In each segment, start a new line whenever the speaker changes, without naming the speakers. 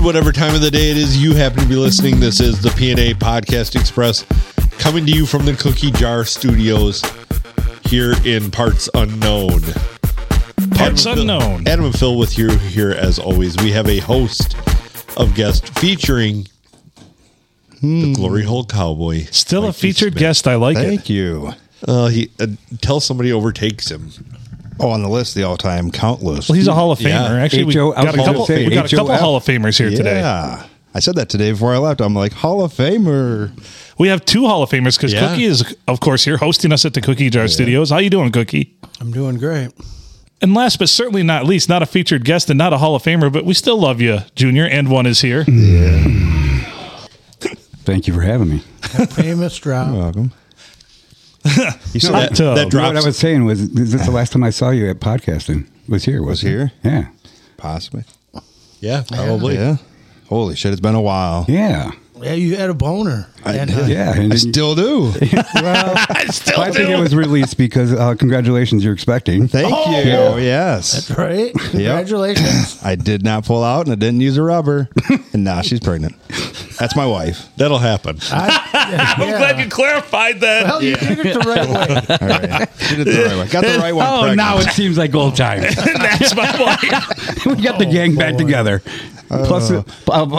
whatever time of the day it is you happen to be listening. This is the PNA Podcast Express coming to you from the Cookie Jar Studios here in Parts Unknown.
Parts
Adam and Phil-
unknown.
Adam and Phil with you here as always. We have a host of guests featuring
Hmm.
the Glory Hole Cowboy.
Still a
Mikey
featured
Smith.
guest. I like it.
Thank you.
Uh, he, uh, tell somebody overtakes him.
Oh, on the list, the all-time countless.
Well, he's a Hall of Famer.
Yeah.
Actually, we
HO
got a couple.
Hall of Famer.
We got a couple
HOF.
Hall of Famers here today.
Yeah, I said that today before I left. I'm like Hall of Famer.
We have two Hall of Famers because
Yeah.
Cookie is, of course, here hosting us at the Cookie Jar Studios. How you doing, Cookie?
I'm doing great.
And last but certainly not least, not a featured guest and not a Hall of Famer, but we still love you, Junior. And one is here.
Thank you for having me.
famous drop.
Welcome.
You said
Hot
that,
tub.
that
You know
What I
drops.
was saying was, is this the last time I saw you at podcasting? Was here?
Was
wasn't it?
here?
Yeah.
Possibly.
yeah, probably.
Yeah. Holy shit! It's been a while.
Yeah.
Yeah, you had a boner. that time.
Yeah. And
I
then you-
still do.
I still
I think it was released because uh, congratulations, you're expecting.
Thank you. Yes.
Right? Congratulations.
I did not pull out and I didn't use a rubber. and now she's pregnant. That's my wife.
That'll happen.
I'm
Yeah.
glad you clarified that.
Well, you did it the right way.
All right. She did it the right way. Got the right one.
Oh,
pregnant.
now it seems like old times.
and that's my wife.
we got the
Oh,
gang back together. Plus, uh,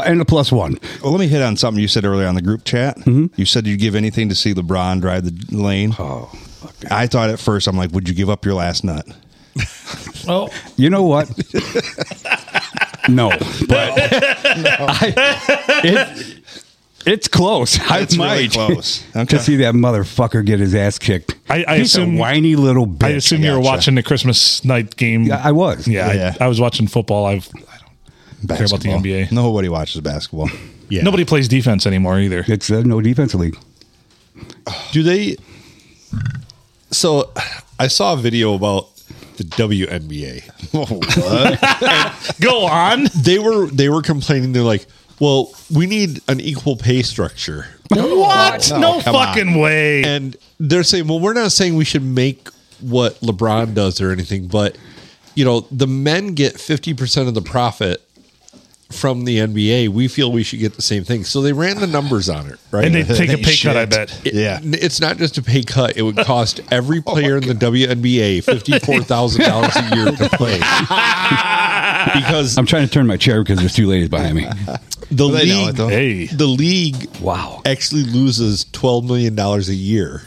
and a plus one.
Well, let me hit on something you said earlier on the group chat. You said you'd give anything to see LeBron drive the lane.
Mm-hmm. Oh,
I thought at first, I'm like, would you give up your last nut?
Oh,
You know what? no, but I, it, it's close. I
It's really
might
close. Okay.
to see that motherfucker get his ass kicked.
I- I
He's
assume-
a whiny little bitch.
I assume you were
Gotcha.
watching the Christmas night game.
Yeah, I was.
Yeah, I-
Yeah.
I, was watching football. I've care about the
Basketball.
NBA.
Nobody watches basketball.
Yeah.
nobody plays defense anymore either.
It's uh, no defense league.
Do they? So, I saw a video about the WNBA.
Go on.
They were they were complaining. They're like, "Well, we need an equal pay structure,"
What?
No,
Oh, No,
come on.
fucking way.
and they're saying, "Well, we're not saying we should make what LeBron does or anything, but you know, the men get fifty percent of the profit." From the NBA, we feel we should get the same thing. So they ran the numbers on it, right?
and they take a
They
pay cut, I
shit.
bet.
It-
Yeah.
it's not just a pay cut. It would cost every player in the WNBA fifty four thousand dollars a year to play because
I'm trying to turn my chair because there's two ladies behind me.
the
They know it,
league
though.
Hey.
the league
Wow.
actually loses twelve million dollars a year.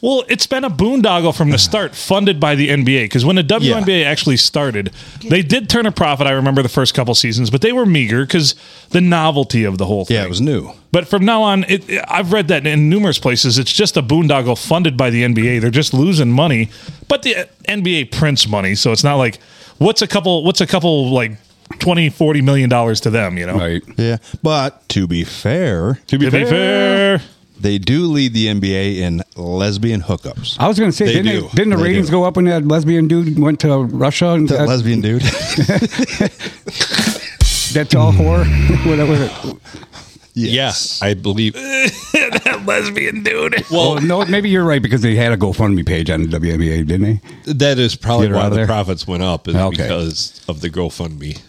Well, it's been a boondoggle from the start, funded by the NBA. Because when the WNBA actually started, they did turn a profit. I remember the first couple seasons, but they were meager because the novelty of the whole thing.
Yeah, it was new.
But from now on, it, it- I've read that in numerous places. It's just a boondoggle funded by the NBA. They're just losing money, but the NBA prints money, so it's not like what's a couple what's a couple like 20 40 million dollars to them, you know.
Right.
Yeah. But to be fair,
To be fair,
they do lead the NBA in lesbian hookups.
I was going to say,
They
didn't,
do.
They, didn't the
They
ratings
do.
go up when that lesbian dude went to Russia? And
That
that,
lesbian dude.
that's all whore? what was it?
Yes, I believe.
that lesbian dude.
Well, no, maybe you're right because they had a GoFundMe page on the WNBA, didn't they?
That is probably
Get her
why
out of
the
there.
profits went up is
Okay.
because of the GoFundMe.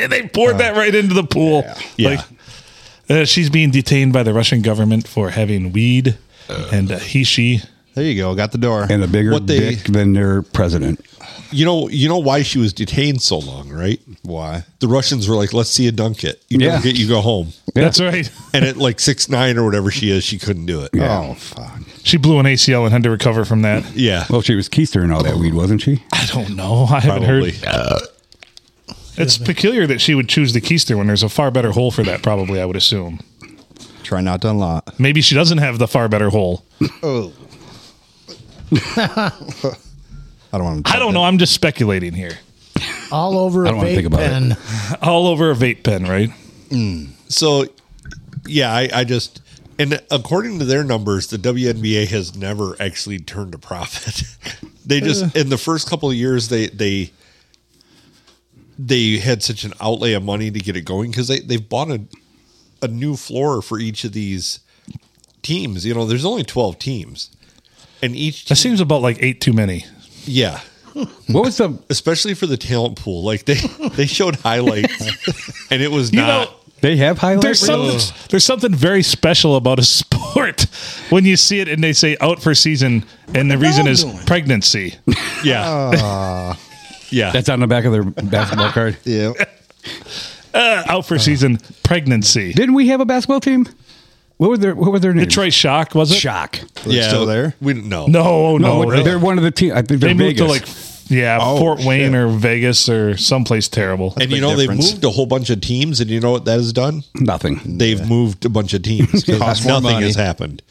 and they poured that right into the pool.
Yeah.
Like, uh, she's being detained by the Russian government for having weed and uh, he she.
there you go. Got the door.
and a bigger
What they-
dick than their president.
You know, you know why she was detained so long, right?
Why?
The Russians were like, "Let's see you dunk it. You
Yeah.
dunk it, you go home."
That's right.
And at like six nine or whatever she is, she couldn't do it.
Oh, fuck.
She blew an ACL and had to recover from that.
Yeah.
Well, she was keister and all that weed, wasn't she?
I don't know. I haven't
probably.
heard. It's peculiar that she would choose the keister when there's a far better hole for that. Probably, I would assume.
Try not to unlock.
Maybe she doesn't have the far better hole.
Oh. I don't want to.
I don't know. I'm just speculating here.
all over
I
a
don't wanna think
vape
about it.
pen.
All over a vape pen, right?
So, yeah, I, I just and according to their numbers, the WNBA has never actually turned a profit. they just in the first couple of years they they they had such an outlay of money to get it going because they they've bought a a new floor for each of these teams. You know, there's only twelve teams, and each
That
team,
seems about like eight too many.
yeah.
What was the
especially for the talent pool. Like they they showed highlights, and it was
You
not.
know,
they have
there's
highlights?
something there's something very special about a sport when you see it and they say out for season and the reason is pregnancy.
yeah,
Uh. Ah,
yeah.
That's on the back of their basketball card.
Yeah.
Uh, out for season pregnancy.
Didn't we have a basketball team? What were their What were their names?
Detroit Shock was it?
Shock.
yeah.
still there?
We no
No,
No,
no,
they're one of the team. I think
they
they're
moved
Vegas.
to like yeah Fort Wayne or Vegas or someplace terrible.
And you
big
know
difference.
they've moved a whole bunch of teams, and you know what that has done?
nothing.
They've moved a bunch of teams because
Cost more
nothing
money.
has happened.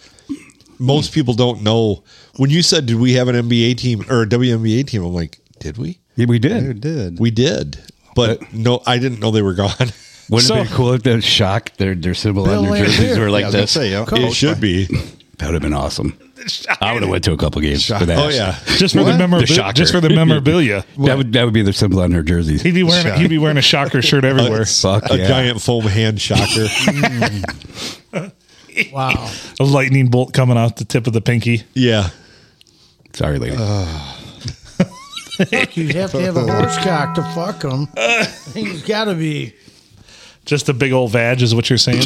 Most people don't know. When you said, "Did we have an NBA team or a WNBA team?" I'm like, "Did we?
Yeah, we
Who
did.
did?
We did." But no, I didn't know they were gone.
Wouldn't
So-
it be cool if the Shock their their symbol on
Bill
their jerseys
Lambier.
were
Yeah, I
like
was gonna
this?
say, yeah.
it should be.
That would have been awesome. I would have went to a couple games for that.
Oh yeah,
Just for the
The
memorabilia.
Shocker.
Just for the memorabilia.
That would that would be their symbol on their jerseys.
He'd be wearing a, he'd be wearing a shocker shirt everywhere.
Fuck
a
yeah.
giant foam hand shocker.
Wow.
a lightning bolt coming off the tip of the pinky.
yeah,
Sorry, lady.
You'd have to have a horse cock to fuck him.
Uh.
He's got to be
Just a big old vag is what you're saying.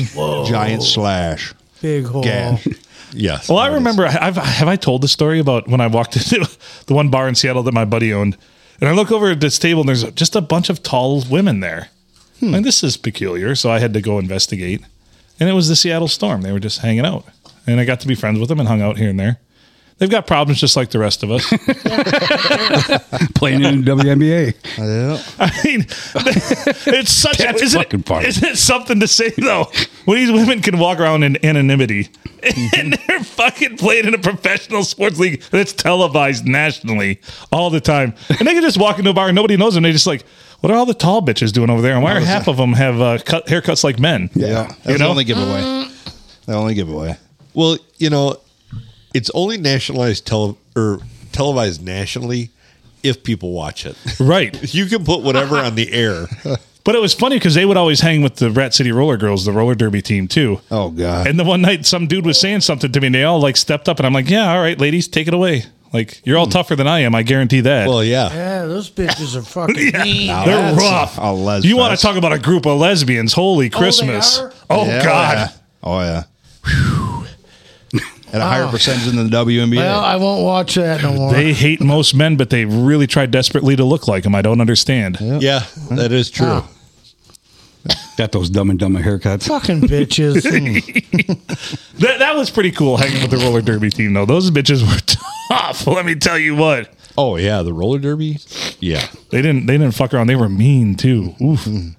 Giant slash.
big hole.
Gash.
yes.
Well, I remember. I've, have I told the story about when I walked into the one bar in Seattle that my buddy owned, and I look over at this table and there's just a bunch of tall women there. And this is peculiar, so I had to go investigate. And it was the Seattle Storm. They were just hanging out, and I got to be friends with them and hung out here and there. They've got problems just like the rest of us.
Playing in WNBA.
Yeah.
I mean, it's such.
That's
isn't,
fucking funny.
isn't it something to say though? When these women can walk around in anonymity,
Mm-hmm.
and they're fucking playing in a professional sports league that's televised nationally all the time, and they can just walk into a bar and nobody knows them. They just like, what are all the tall bitches doing over there? And why are half of them have uh, cut, haircuts like men?
Yeah. That's
You
the
know?
only giveaway. The only giveaway.
Well, you know, it's only nationalized tele or televised nationally if people watch it.
right.
you can put whatever on the air.
But it was funny because they would always hang with the Rat City Roller Girls, the roller derby team too.
Oh, God.
And the one night, some dude was saying something to me, and they all like stepped up, and I'm like, "Yeah, all right, ladies, take it away. Like, you're all
Hmm.
tougher than I am. I guarantee that.
Well, yeah.
Yeah, those bitches are fucking mean.
they're
that's
rough.
a les
you want to
fest.
talk about a group of lesbians? Holy Christmas!
are?
Oh
Yeah.
God!
Oh, yeah. At a higher percentage than the WNBA.
Well, I won't watch that no more.
They hate most men, but they really try desperately to look like them. I don't understand.
Yeah, that is true.
Wow.
Got those dumb and dumber haircuts.
fucking bitches.
That, that was pretty cool hanging with the roller derby team, though. Those bitches were tough. Let me tell you what.
Oh yeah, the roller derby. Yeah,
They didn't. They didn't fuck around. They were mean too. Oof.
Hmm.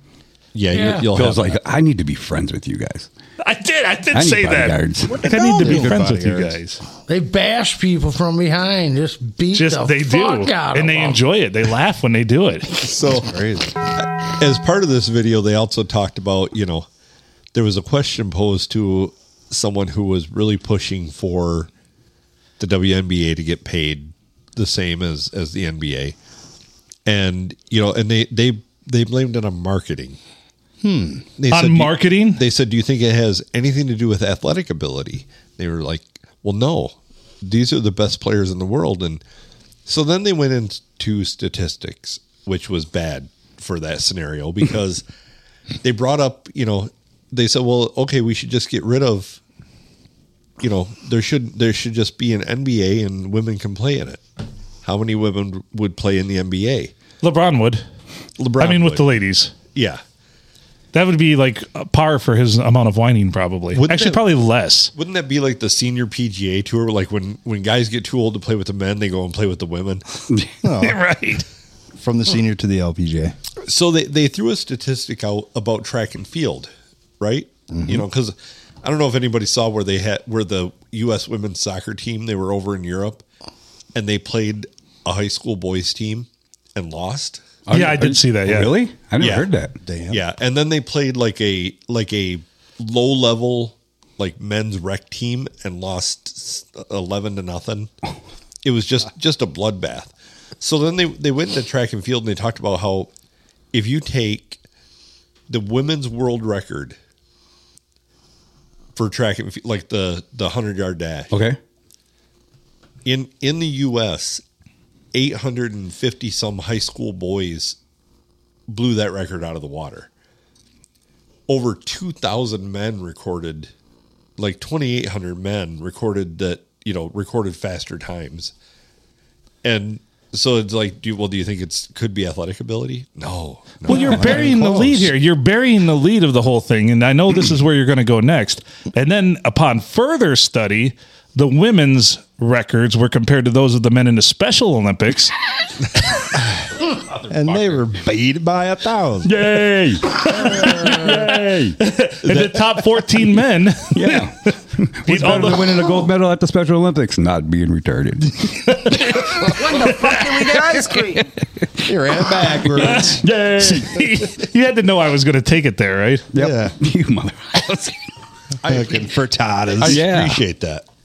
yeah.
Yeah.
You, you'll
Feels
have
like I need to be friends with you guys.
I did. I did
I need
say that.
bodyguards.
Like, I need to be
Good
friends with you
bodyguards.
guys.
they bash people from behind. Just beat
just
the
they do
fuck out of
and they
them.
enjoy it they laugh when they do it
so.
Crazy.
As part of this video, they also talked about you know there was a question posed to someone who was really pushing for the WNBA to get paid the same as as the NBA, and you know, and they they they blamed it on marketing. Hmm. They
On
"Do you-
marketing?
they said, "Do you think it has anything to do with athletic ability?" They were like, "Well, no. These are the best players in the world." And so then they went into statistics, which was bad for that scenario because they brought up, you know, they said, "Well, okay, we should just get rid of you know, there should there should just be an NBA and women can play in it." How many women would play in the NBA?
lebron would
LeBron.
i mean with
would.
the ladies
yeah.
that would be like a par for his amount of whining probably
Wouldn't
actually
it?
probably less
Wouldn't that be like the senior PGA tour? Like when when guys get too old to play with the men, they go and play with the women.
right
From the senior to the LPJ.
So they they threw a statistic out about track and field, right? You know, because I don't know if anybody saw where they had where the U.S. women's soccer team they were over in Europe, and they played a high school boys team and lost.
yeah i did see that yeah
Really? I never
Yeah.
heard that.
Damn.
Yeah, and then they played like a like a low level like men's rec team and lost eleven to nothing. It was just just a bloodbath. So then they they went into track and field and they talked about how if you take the women's world record for track and field, like the the hundred yard dash
Okay.
in in the U.S. 850 some high school boys blew that record out of the water. Over 2,000 men recorded, like 2,800 men recorded that, you know, recorded faster times. And so it's like, do you, well, do you think it's could be athletic ability? No. no.
Well, you're burying the lead here. You're burying the lead of the whole thing. And I know this is where you're going to go next. And then upon further study, the women's records were compared to those of the men in the Special Olympics.
and they were beat by a thousand.
Yay! Yay!
And the top 14 men,
Yeah.
with all
Better than
the,
winning a gold medal at the Special Olympics, not being retarded.
When the fuck did we get ice cream?
They ran backwards.
Yay!
you had to know I was going to take it there, right?
Yeah.
Yep. You mother.
I Fucking frittatas.
I
yeah.
appreciate that.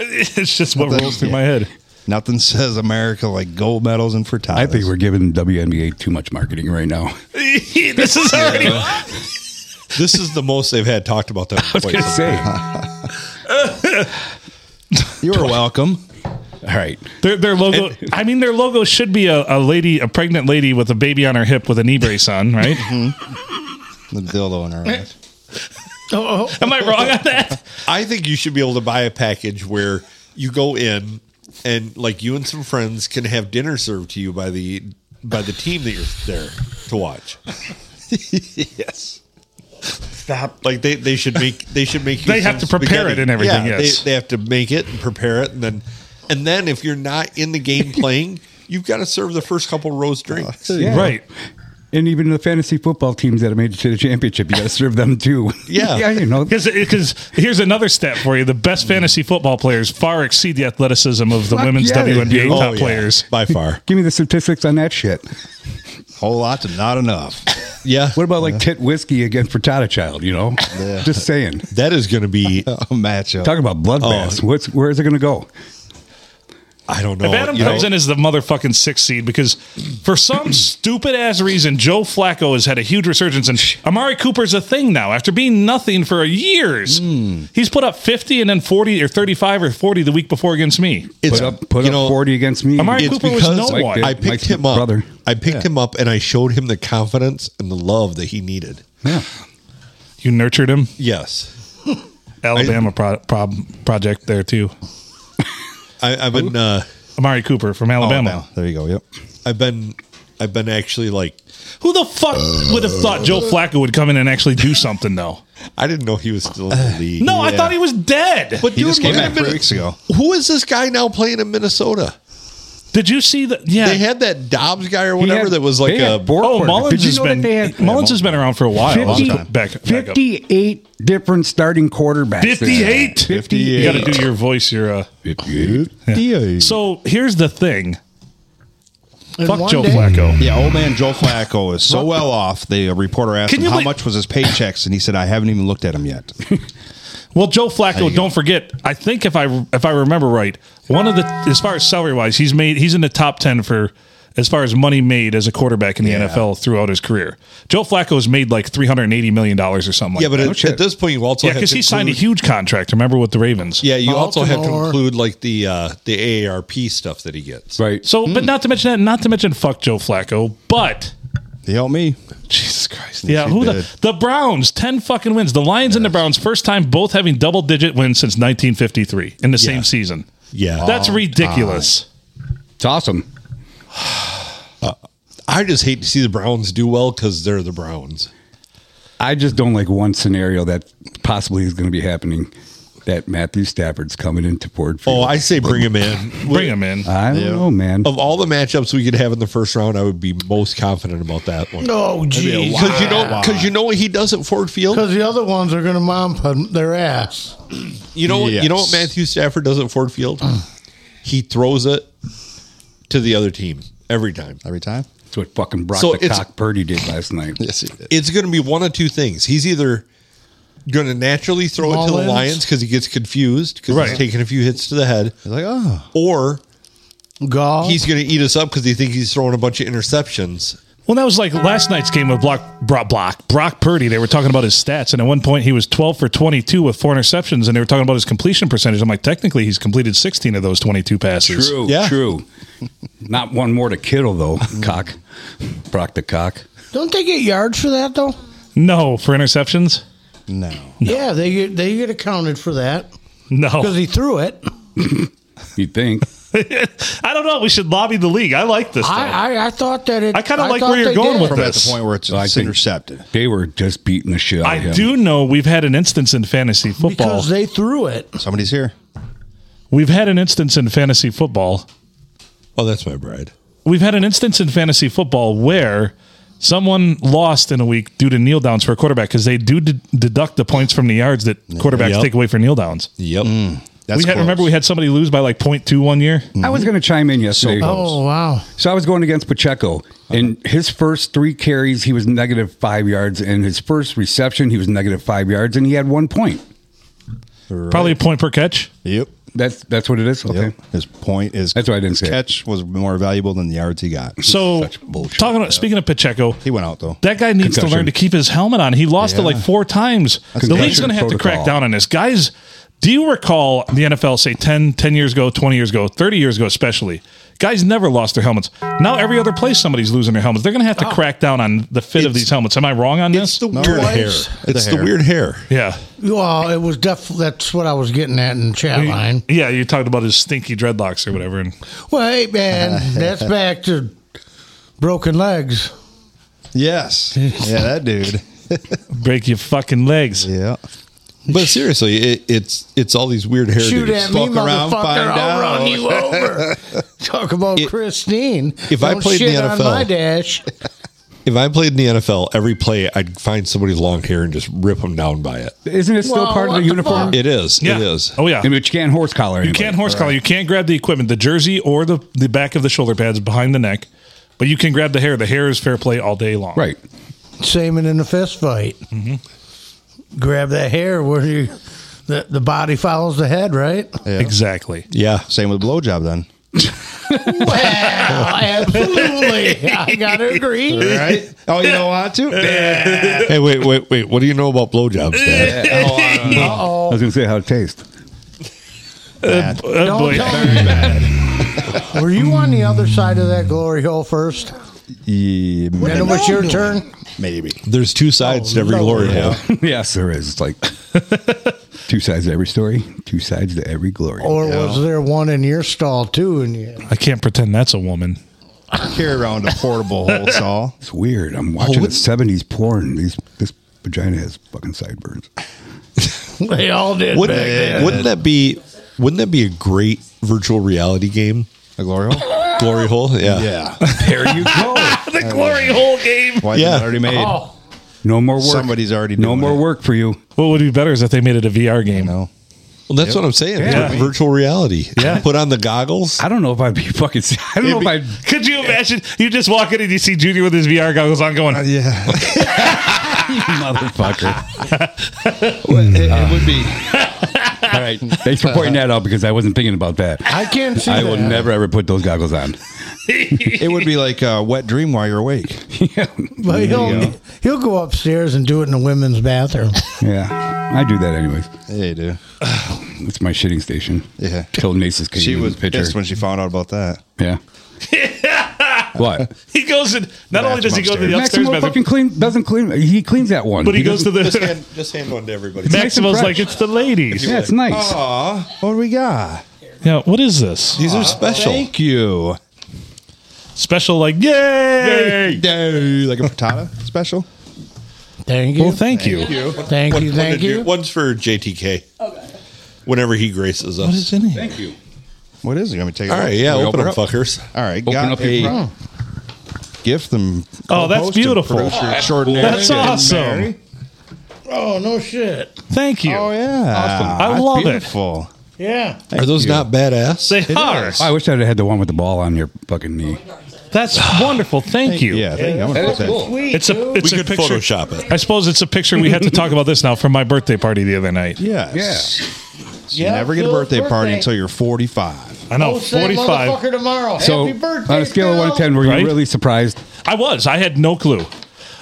It's just what rolls through my head.
Nothing says America like gold medals and frittatas.
I think we're giving WNBA too much marketing right now.
this is already.
This is the most they've had talked about that. for quite some time.
Say,
You're welcome.
all right.
Their, their logo. I mean, their logo should be a, a lady, a pregnant lady with a baby on her hip with a knee brace on, right?
The dildo in our ass.
Oh,
Am I wrong on that?
I think you should be able to buy a package where you go in and like you and some friends can have dinner served to you by the by the team that you're there to watch.
Yes.
Stop. Like they, they should make they should make you
They
some
have to prepare it and everything,
Yeah, they-
yes.
they, have to make it and prepare it and then and then if you're not in the game playing, you've got to serve the first couple rows drinks.
Yeah.
Right.
And even the fantasy football teams that have made it to the championship, you got to serve them too.
Yeah.
yeah, you know.
Because here's another stat for you: the best fantasy football players far exceed the athleticism of the
Fuck
women's
yeah, they
WNBA
do.
top
Oh, yeah.
players.
by far.
Give me the statistics on that shit.
Whole lot to not enough.
Yeah.
What about like tit whiskey against frittata child? You know,
Yeah.
just saying.
that is going to be
A matchup.
Talk about bloodbaths.
Oh.
What's where is it going to go?
I don't know.
If Adam
Oh, you know,
comes in as the motherfucking sixth seed, because for some stupid ass reason, Joe Flacco has had a huge resurgence, and Amari Cooper's a thing now. After being nothing for years,
Hmm.
he's put up fifty and then forty or thirty-five or forty the week before against me.
it's-
Put up, put
you
up
know,
forty against me.
Amari
It's
Cooper was
because
no
Mike
one.
did.
I picked
Mike's
him up.
brother.
I picked him up and I showed him the confidence and the love that he needed.
Yeah.
You nurtured him,
Yes.
Alabama pro- prob- project there too.
I, I've been uh,
Amari Cooper
Oh,
from Alabama.
Alabama. Oh, There you go. Yep.
I've been I've been actually like
Who the fuck would have thought Joe
Uh.
Flacco would come in and actually do something though?
I didn't know he was still in the
Uh,
league.
No, I
Yeah.
thought he was dead.
But
He
dude,
just came
look at
back
him
three
in-
weeks ago.
who is this guy now playing in Minnesota?
Did you see that? Yeah.
They had that Dobbs guy or
He
whatever
had-
that was like
they had
a
four
Oh,
quarterbacks.
Mullins
Did you
has
know that
been
they had
Mullins has been around for a while. A long
50
time. Back, back up.
58 different starting quarterbacks. this year.
58? You got to do your voice. Your uh.
58.
So here's the thing.
in
Fuck
one
Joe
day-
Flacco.
Yeah, old man Joe Flacco is so well off. The reporter asked
Can
him
you
how
believe-
much was his paychecks, and he said, "I haven't even looked at him yet."
Well, Joe Flacco. Don't forget. I think if I if I remember right, one of the as far as salary wise, he's made he's in the top ten for as far as money made as a quarterback in the
Yeah.
NFL throughout his career. Joe Flacco has made like three hundred and eighty million dollars or something. Like
yeah, but
that.
at, at this point you also
yeah,
have
because
to
he signed a
include-
huge contract. Remember with the Ravens.
yeah you also have to
Baltimore.
include like the uh, the AARP stuff that he gets.
Right.
So, but not to mention that, not to mention fuck Joe Flacco, but.
He helped me.
Jesus Christ. Yeah,
she
who
did.
the the Browns, 10 fucking wins. The Lions and the Browns first time both having double digit wins since 1953 in the same season.
Yeah.
That's ridiculous.
It's awesome.
I just hate to see the Browns do well because they're the Browns.
I just don't like one scenario that possibly is going to be happening that Matthew Stafford's coming into Ford Field.
Oh, I say bring him in.
Bring him in.
I don't know, man.
of all the matchups we could have in the first round, I would be most confident about that one.
Oh, geez.
Because you know, because you know what he does at Ford Field.
Because the other ones are going to mom put their ass.
You know, what you know what
Yes.
Matthew Stafford does at Ford Field. He throws it to the other team every time.
every time.
That's what fucking Brock
So
the
it's-
Cock Purdy did last night.
Yes, he did.
It's going to be one of two things. He's either going to naturally throw it to the
Mullins.
Lions because he gets confused because
Right.
he's taking a few hits to the head,
He's like, "Oh,
or
Golf.
he's going to eat us up because he thinks he's throwing a bunch of interceptions.
Well, that was like last night's game with Brock, Brock, Brock, Brock Purdy. They were talking about his stats, and at one point he was 12 for 22 with four interceptions, and they were talking about his completion percentage. I'm like, technically, he's completed 16 of those 22 passes.
True,
Yeah.
true. Not one more to Kittle though. cock, Brock the cock.
Don't they get yards for that though?
No, for interceptions?
No.
Yeah, they get they get accounted for that because
No.
he threw it.
You think?
I don't know. We should lobby the league. I like this. though.
I, I I thought that it.
I kinda like
thought
where you're
they
going
did.
with
From at
Yes.
the point where it's,
I
it's
think-
intercepted.
They were just beating the shit out of
I
him.
do know we've had an instance in fantasy football.
because they threw it.
Somebody's here.
we've had an instance in fantasy football.
Oh, that's my bride.
We've had an instance in fantasy football where someone lost in a week due to kneel downs for a quarterback because they do d- deduct the points from the yards that quarterbacks
Yep.
take away for kneel downs.
Yep.
That's
we had,
close.
remember we had somebody lose by like 0.2 one year.
I was going to chime in yesterday.
Oh wow!
So I was going against Pacheco, and his first three carries, he was negative five yards, and his first reception, he was negative five yards, and he had one point.
Probably a point per catch.
Yep.
That's that's what it is. Okay,
Yep. His point is
That's why I didn't say it.
catch was more valuable than the yards he got.
So
Such bullshit.
talking about, speaking of Pacheco,
He went out though.
that guy needs to
Concussion.
learn to keep his helmet on. He lost it
Yeah.
like four times. the
Concussion
league's going to have to crack
protocol.
down on this. Guys, do you recall the NFL, say 10, 10 years ago, 20 years ago, 30 years ago, especially? Guys never lost their helmets. Now every other place somebody's losing their helmets. They're going to have to crack down on the fit of these helmets. Am I wrong on this?
Oh. It's the weird
what?
hair. It's the,
hair.
weird hair.
yeah.
Well, it was def. That's what I was getting at in the chat line.
Yeah, you talked about his stinky dreadlocks or whatever. And
Well, hey man, that's back to broken legs.
Yes. yeah, that dude.
break your fucking legs.
Yeah.
But seriously, it, it's it's all these weird hair.
Shoot
dudes.
at me,
Fuck around,
motherfucker!
find
I'll
out.
run you over. Talk about Christine.
if I
Don't
played in
shit
the
on
NFL.
my dash.
If I played in the NFL, every play I'd find somebody's long hair and just rip them down by it.
isn't it still
Well,
part of
what
the
the
uniform?
fuck?
It is.
Yeah.
It is.
Oh, yeah.
I mean, but you can't horse collar.
You can't horse collar. You can't grab the equipment, the jersey or the, the back of the shoulder pads behind the neck, but you can grab the hair. The hair is fair play all day long.
Right.
Same in a fist fight. Grab that hair where you, the, the body follows the head, right?
Exactly.
Yeah.
Same with blowjob then.
Well, absolutely. I gotta agree.
Right? Oh, you don't want to?
Hey, wait, wait, wait. What do you know about blowjobs, Dad?
I was going to say how it tastes.
Oh, boy.
Don't tell me Were you on the other side of that glory hole first?
yeah,
Then it was your turn.
maybe.
There's two sides to every
Oh, no
glory
way.
hole.
yes, there is. It's like two sides to every story, two sides to every glory.
Or was there one in your stall too? And you,
I can't pretend that's a woman.
Carry around a portable hole saw.
It's weird. I'm watching the '70s porn. These this vagina has fucking sideburns.
they all did.
Wouldn't,
back then.
wouldn't that be wouldn't that be a great virtual reality game?
A glory hole?
Glory hole? Yeah.
Yeah.
There you go.
The glory hole game.
Why
Yeah.
yeah. already made?
Oh,
No more work.
Somebody's already
no
doing
more
it.
work for you.
What would be better is if they made it a VR game. Oh
No.
Well, that's what I'm saying.
Yeah.
Vir- Virtual reality.
Yeah.
Put on the goggles.
I don't know if I'd be fucking. I don't know if I'd.
Could you imagine? You just walk in and you see Junior with his VR goggles on, going,
Yeah.
motherfucker.
it, it would be.
All right. Thanks for pointing that out because I wasn't thinking about that.
I can't see
I
that.
will never ever put those goggles on.
It would be like a wet dream while you're awake.
But
you
he'll,
go.
he'll go upstairs and do it in the women's bathroom.
Yeah, I do that anyways.
Hey, dude.
It's my shitting station.
Yeah.
Till Nasus came
She
in
was
the picture.
pissed when she found out about that.
yeah. what?
he goes in. Not only does he go to the
Maximo
upstairs bathroom,
fucking clean doesn't clean. He cleans that one.
but he, goes to
doesn't-
the.
just hand one to everybody.
Maximo's
fresh.
like, it's the ladies.
Yeah, it's nice.
Oh.
Aw, what do we got?
Yeah, what is this?
These are special.
Thank you.
Special, like, yay!
Yay. Like a frittata special?
Thank you.
Well, thank you.
Thank you, thank
did
you.
One's for JTK. Whenever he graces us.
What is in here?
you.
What is it? You want me to take it?
All right,
You
yeah,
want me to
open, them,
it
fuckers.
All right,
Open
got
up your
a
present.
gift them.
Oh, that's beautiful.
extraordinary.
That's
and
awesome.
Mary.
Oh, no shit.
Thank you.
Oh yeah,
I love it.
beautiful.
Yeah.
Are those not badass?
They are.
I wish I'd have had the one with the ball on your fucking knee.
That's wonderful. Thank you.
Yeah, thank you. I'm gonna put that.
Sweet.
It's a
we
it's a
could
picture.
Photoshop it.
I suppose it's a picture we had to talk about this now from my birthday party the other night.
Yes. You
Yeah,
never get a
Phil's
birthday, party
birthday.
until you're 45.
I know,
Don't say
45.
motherfucker tomorrow.
So
Happy birthday,
on a scale of
Phil.
one to ten, were
Right?
you really surprised?
I was. I had no clue.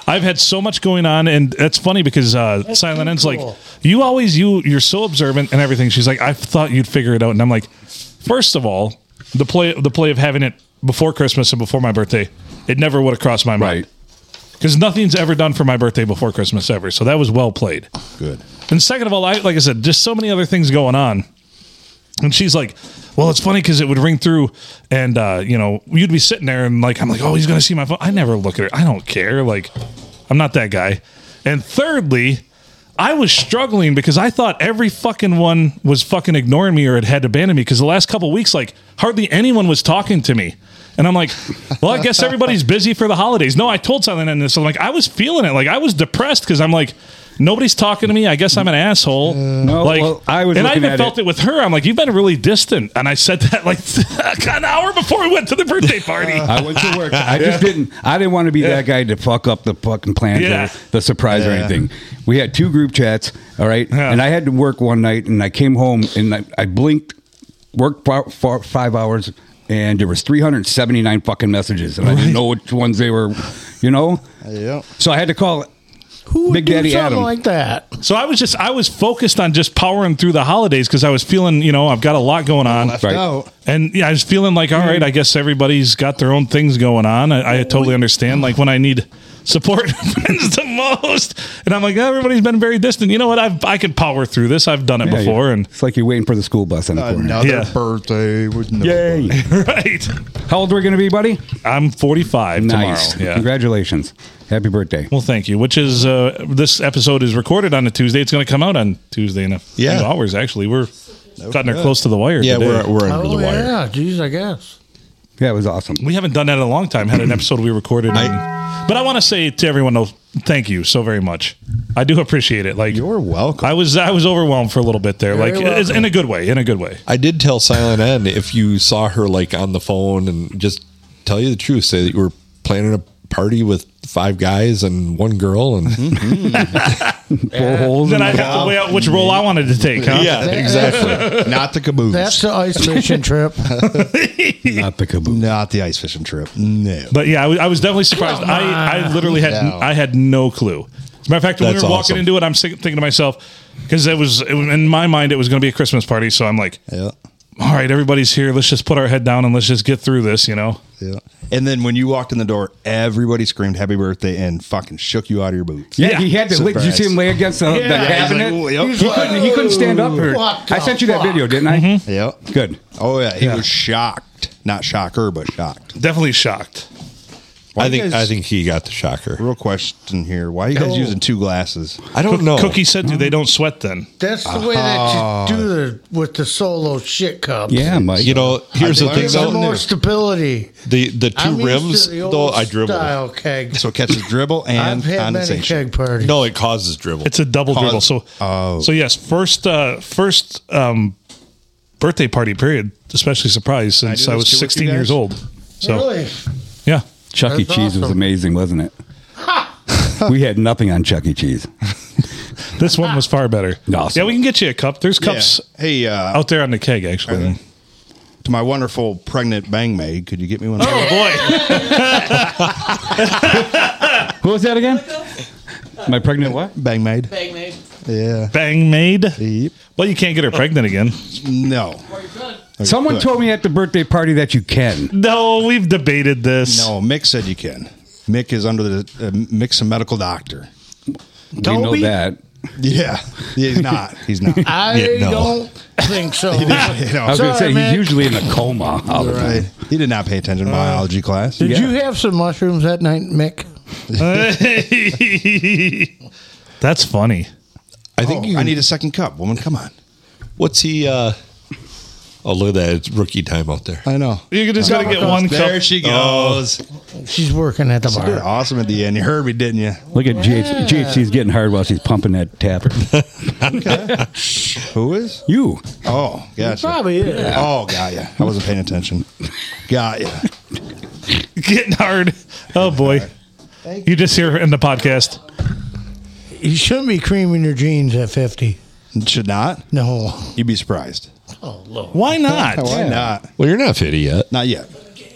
I've had so much going on, and that's funny because uh, Silent
pretty
End's like,
cool.
you always you you're so observant and everything. She's like, I thought you'd figure it out, and I'm like, first of all, the play the play of having it before Christmas and before my birthday, it never would have crossed my mind
Right.
because nothing's ever done for my birthday before Christmas ever. So that was well played.
Good.
And second of all, I, like I said, just so many other things going on. And she's like, "Well, it's funny because it would ring through, and uh, you know, you'd be sitting there, and like, I'm like, oh, he's gonna see my phone. I never look at it. I don't care. Like, I'm not that guy. And thirdly, I was struggling because I thought every fucking one was fucking ignoring me or had had abandoned me because the last couple weeks, like, hardly anyone was talking to me. And I'm like, well, I guess everybody's busy for the holidays. No, I told Silent End this. I'm like, I was feeling it. Like, I was depressed because I'm like, nobody's talking to me. I guess I'm an asshole.
No,
like,
well, I was
and I
looking
even
at
felt it.
it-
with her. I'm like, you've been really distant. And I said that like an hour before we went to the birthday party.
Uh-huh.
I went to work. I just didn't. I didn't want to be that guy to fuck up the fucking plan,
Yeah.
or the surprise or
Yeah.
anything. We had two group chats, all right,
Yeah.
and I had to work one night, and I came home and I, I blinked, worked for, for five hours, and there was 379 fucking messages, and I didn't know which ones they were, you know.
Yep.
So I had to call it.
Who would
Big
do
Daddy
something
Adam.
like that?
So I was just I was focused on just powering through the holidays because I was feeling you know I've got a lot going on,
Left
Right.
out.
and yeah, I was feeling like all right, I guess everybody's got their own things going on. I, I totally understand. Like when I need support friends the most, and I'm like everybody's been very distant. You know what? I've I can power through this. I've done it
Yeah,
before,
yeah.
and
it's like you're waiting for the school bus on the corner.
Another
Yeah.
birthday with no
Yay!
right,
How old are we going to be, buddy?
I'm 45
Nice.
tomorrow. Yeah.
Congratulations. Happy birthday.
Well, thank you. Which is uh, this episode is recorded on a Tuesday. It's going to come out on Tuesday in a
Yeah.
few hours. Actually, we're cutting her
good.
close to the wire.
Yeah,
today.
we're, we're under
Oh
the wire.
yeah, geez, I guess.
Yeah, it was awesome.
We haven't done that in a long time. Had an episode we recorded, in- but I want to say to everyone, though, thank you so very much. I do appreciate it. Like
You're welcome.
I was I was overwhelmed for a little bit there,
You're
like it's in a good way, in a good way.
I did tell Silent N if you saw her like on the phone and just tell you the truth, say that you were planning a party with five guys and one girl, and
Four holes.
Then
in
I
the-
have to weigh out which role I wanted to take. Huh?
yeah, exactly.
Not the caboose.
That's the ice fishing trip.
not the caboose.
not the ice fishing trip. No.
But yeah, I was, I was definitely surprised.
Come
I, I
on.
literally had
No.
I had no clue. As a matter of fact, when
That's
we were walking
awesome.
into it, I'm si- thinking to myself because it was it, was- in my mind it was going to be a Christmas party, so I'm like,
Yeah.
all right, everybody's here. Let's just put our head down and let's just get through this, you know.
Yeah. And then when you walked in the door, everybody screamed happy birthday and fucking shook you out of your boots.
Yeah,
Yeah.
he had to. Did you see him lay against the, the
Yeah, he's like,
cabinet?
"Ooh, yep."
he, couldn't, he couldn't stand up. Or,
What
I
the
sent you that
fuck?
video, didn't I?
Yep.
Good.
Oh yeah, he
Yeah.
was shocked. Not shocker, but shocked.
Definitely shocked.
I
do you
think
guys-
I think he got the shocker.
Real question here: Why are you guys using two glasses?
I don't know.
Cookie said, "Do they don't sweat then?"
That's the way that you do the with the solo shit cups.
Yeah, Mike.
You know, here's the
think
thing
gives
Things
it
out
though.
more
there.
stability.
The the 2
I'm used to
rims
the old
though I dribble.
Style keg.
So it catches dribble and
I've had many
condensation.
keg parties.
No, it causes dribble.
It's a double
Pause.
dribble. So,
Oh.
so yes, first, uh, first um, birthday party period. Especially surprised since
do
I,
this
was
too with you
16 years
guys?
old. So
really,
yeah,
Chuck E.
That's
Cheese was
awesome.
amazing, wasn't it? we had nothing on Chuck E. Cheese.
this one was far better.
Awesome.
Yeah, we can get you a cup. There's cups
Yeah. Hey, uh,
out there on the keg actually.
to my wonderful pregnant bang maid, could you get me one? of those?
Oh boy,
Who was that again? My pregnant what?
Bang maid.
Bag made.
Yeah.
bang made.
Yep.
Well, you can't get her pregnant again.
No.
Or you could.
Someone
Good.
told me at the birthday party that you can.
No, we've debated this.
No. Mick said you can. Mick is under the uh, Mick's a medical doctor.
we know
Toby?
that.
Yeah. He's not. He's not.
I
Yeah, no.
don't think so.
You know,
I was going to
Sorry,
say he's
Mick.
usually in a coma. All the time.
right. He did not pay attention to biology class.
Did
Yeah.
you have some mushrooms that night, Mick?
That's funny.
I
Oh,
think you
I need a second cup, woman. Come on.
what's he uh Oh look at that, it's rookie time out there.
I know.
You're just gonna get one cup.
she goes.
She's working at the
You're
bar.
awesome at the end. You heard me, didn't you?
Look at GH, GHC's getting hard while she's pumping that tapper.
Who is?
you.
Oh, gotcha.
Probably is.
Oh, got ya. I wasn't paying attention. Got ya.
Getting hard. Oh boy. You just hear her in the podcast.
You shouldn't be creaming your jeans at fifty.
Should not.
No.
You'd be surprised.
Oh lord.
Why not?
Why not?
Well, you're not 50 yet.
Not yet.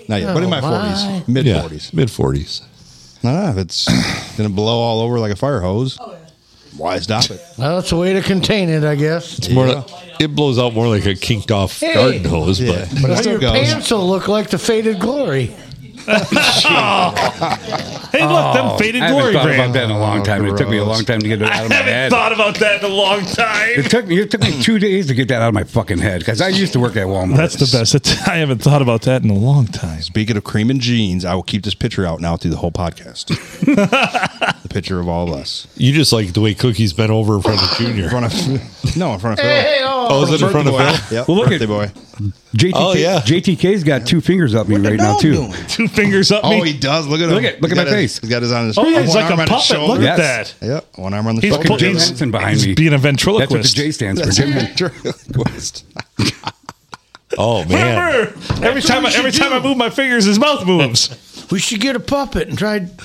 Not yet. But in my
Oh, my.
forties, mid
Yeah,
forties.
mid 40s.
No, no, if it's Ah, gonna blow all over like a fire hose,
Oh,
why stop it?
Well, that's a way to contain it, I guess.
It's more like- it blows out more like a kinked off
Hey.
garden hose,
Yeah.
but
But it
Now
still
your
goes.
pants will look like the faded glory.
Hey, look, them faded
Oh, I haven't
glory
thought
brand.
about that in a long time. It took me a long time to get it
I
out of my
haven't
head.
thought about that in a long time.
It took me. It took me two days to get that out of my fucking head because I used to work at Walmart.
That's the best. It- I haven't thought about that in a long time.
Speaking of cream and jeans, I will keep this picture out now through the whole podcast. the picture of all of us.
you just like the way Cookie's bent over in front of Junior.
In front of no, in front of Phil.
Hey, oh,
Oh, is it in front of
Boy.
Phil?
Yep,
Well, look at-
birthday boy.
JTK,
Oh, yeah.
JTK's got two fingers up me right now too.
Two fingers up
Oh,
me.
he does. Look at him.
Look at- look
He's
at
got
my
his-
face.
He's got his on his.
Oh, yeah, he's
one
like
arm
a
on his
puppet.
shoulder.
Look
Yes.
at that.
Yep, one arm on the
He's,
shoulder.
Fucking
pu-
Jim
he's-
Henson behind
he's
me.
being a
That's what the
ventriloquist.
J stands for.
That's
Jim
him.
Henson.
Oh man,
Remember, every
what
time
we
I, every
should
time
do.
I move my fingers, his mouth moves.
Oh. we should get a puppet and try. That'd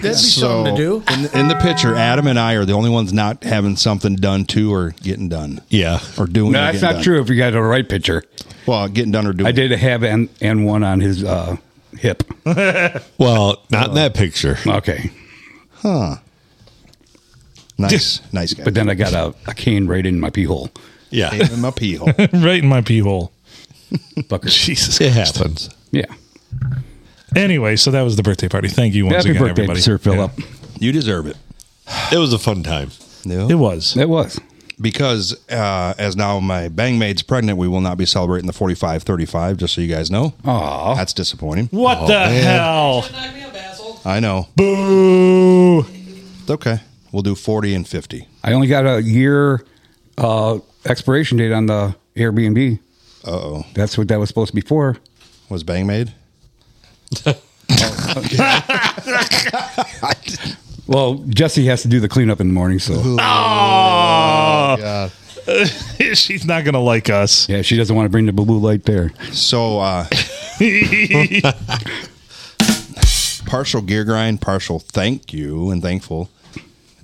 be
So
something to do.
in, in the picture, Adam and I are the only ones not having something done to or getting done.
yeah.
or doing.
No,
or
that's
getting
not
done.
true. If you got the right picture,
Well, getting done or doing.
I did have and and one on his uh, hip.
Well, not in that picture.
Okay,
Nice, nice guy.
but then I got a, a cane right in my pee hole.
Yeah,
Gave him a pee hole.
right in my pee hole.
Fucker.
Jesus.
it happens.
Yeah.
Anyway, so that was the birthday party. Thank you once
Happy
again,
birthday,
everybody.
Sir Philip.
You deserve it.
It was a fun time.
No,
It was.
It was.
because uh, as now my bang maid's pregnant, we will not be celebrating the 45 35, just so you guys know.
Aw.
That's disappointing.
What
Oh,
the hell?
Knock me up, asshole.
I know.
Boo.
It's okay. We'll do 40 and 50.
I only got a year uh, expiration date on the Airbnb.
Uh oh.
That's what that was supposed to be for.
Was bang maid?
Well, Jesse has to do the cleanup in the morning, so
God.
She's not gonna like us.
yeah, she doesn't want to bring the blue light there.
So, uh, partial gear grind, partial thank you and thankful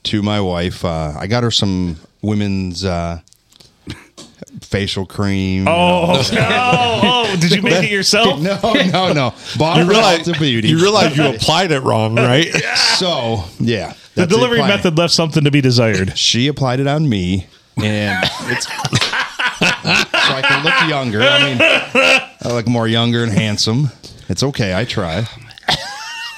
to my wife. Uh, I got her some women's uh, facial cream.
Oh no! Oh, did you make it yourself?
No, no, no. Bought
You
her
realize,
out to beauty.
you realize you applied it wrong, right?
So, yeah.
The
that's
delivery
applying.
method left something to be desired.
She applied it on me, and it's so I can look younger. I mean, I look more younger and handsome. It's okay. I try.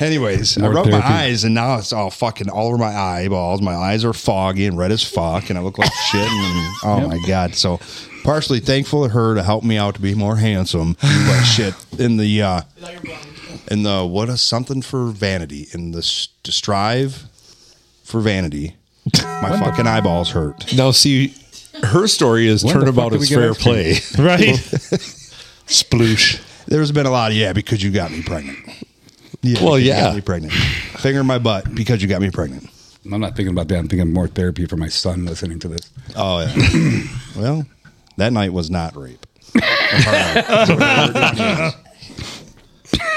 Anyways, I
More
rubbed my
therapy.
eyes, and now it's all fucking all over my eyeballs. My eyes are foggy and red as fuck, and I look like shit. And oh my god! So, partially thankful to her to help me out to be more handsome. But shit, in the uh, in the what is something for vanity in the s- to strive for vanity. My fucking eyeballs hurt.
Now, see, her story is
the
turnabout
fuck do we
is
get
fair
ice cream?
play.
Right? Sploosh.
There's been a lot of yeah because you got me pregnant. Yeah,
Well,
because you
yeah.
got me pregnant. Finger in my butt because you got me pregnant.
I'm not thinking about that. I'm thinking more therapy for my son listening to this.
Oh yeah. well, that night was not rape.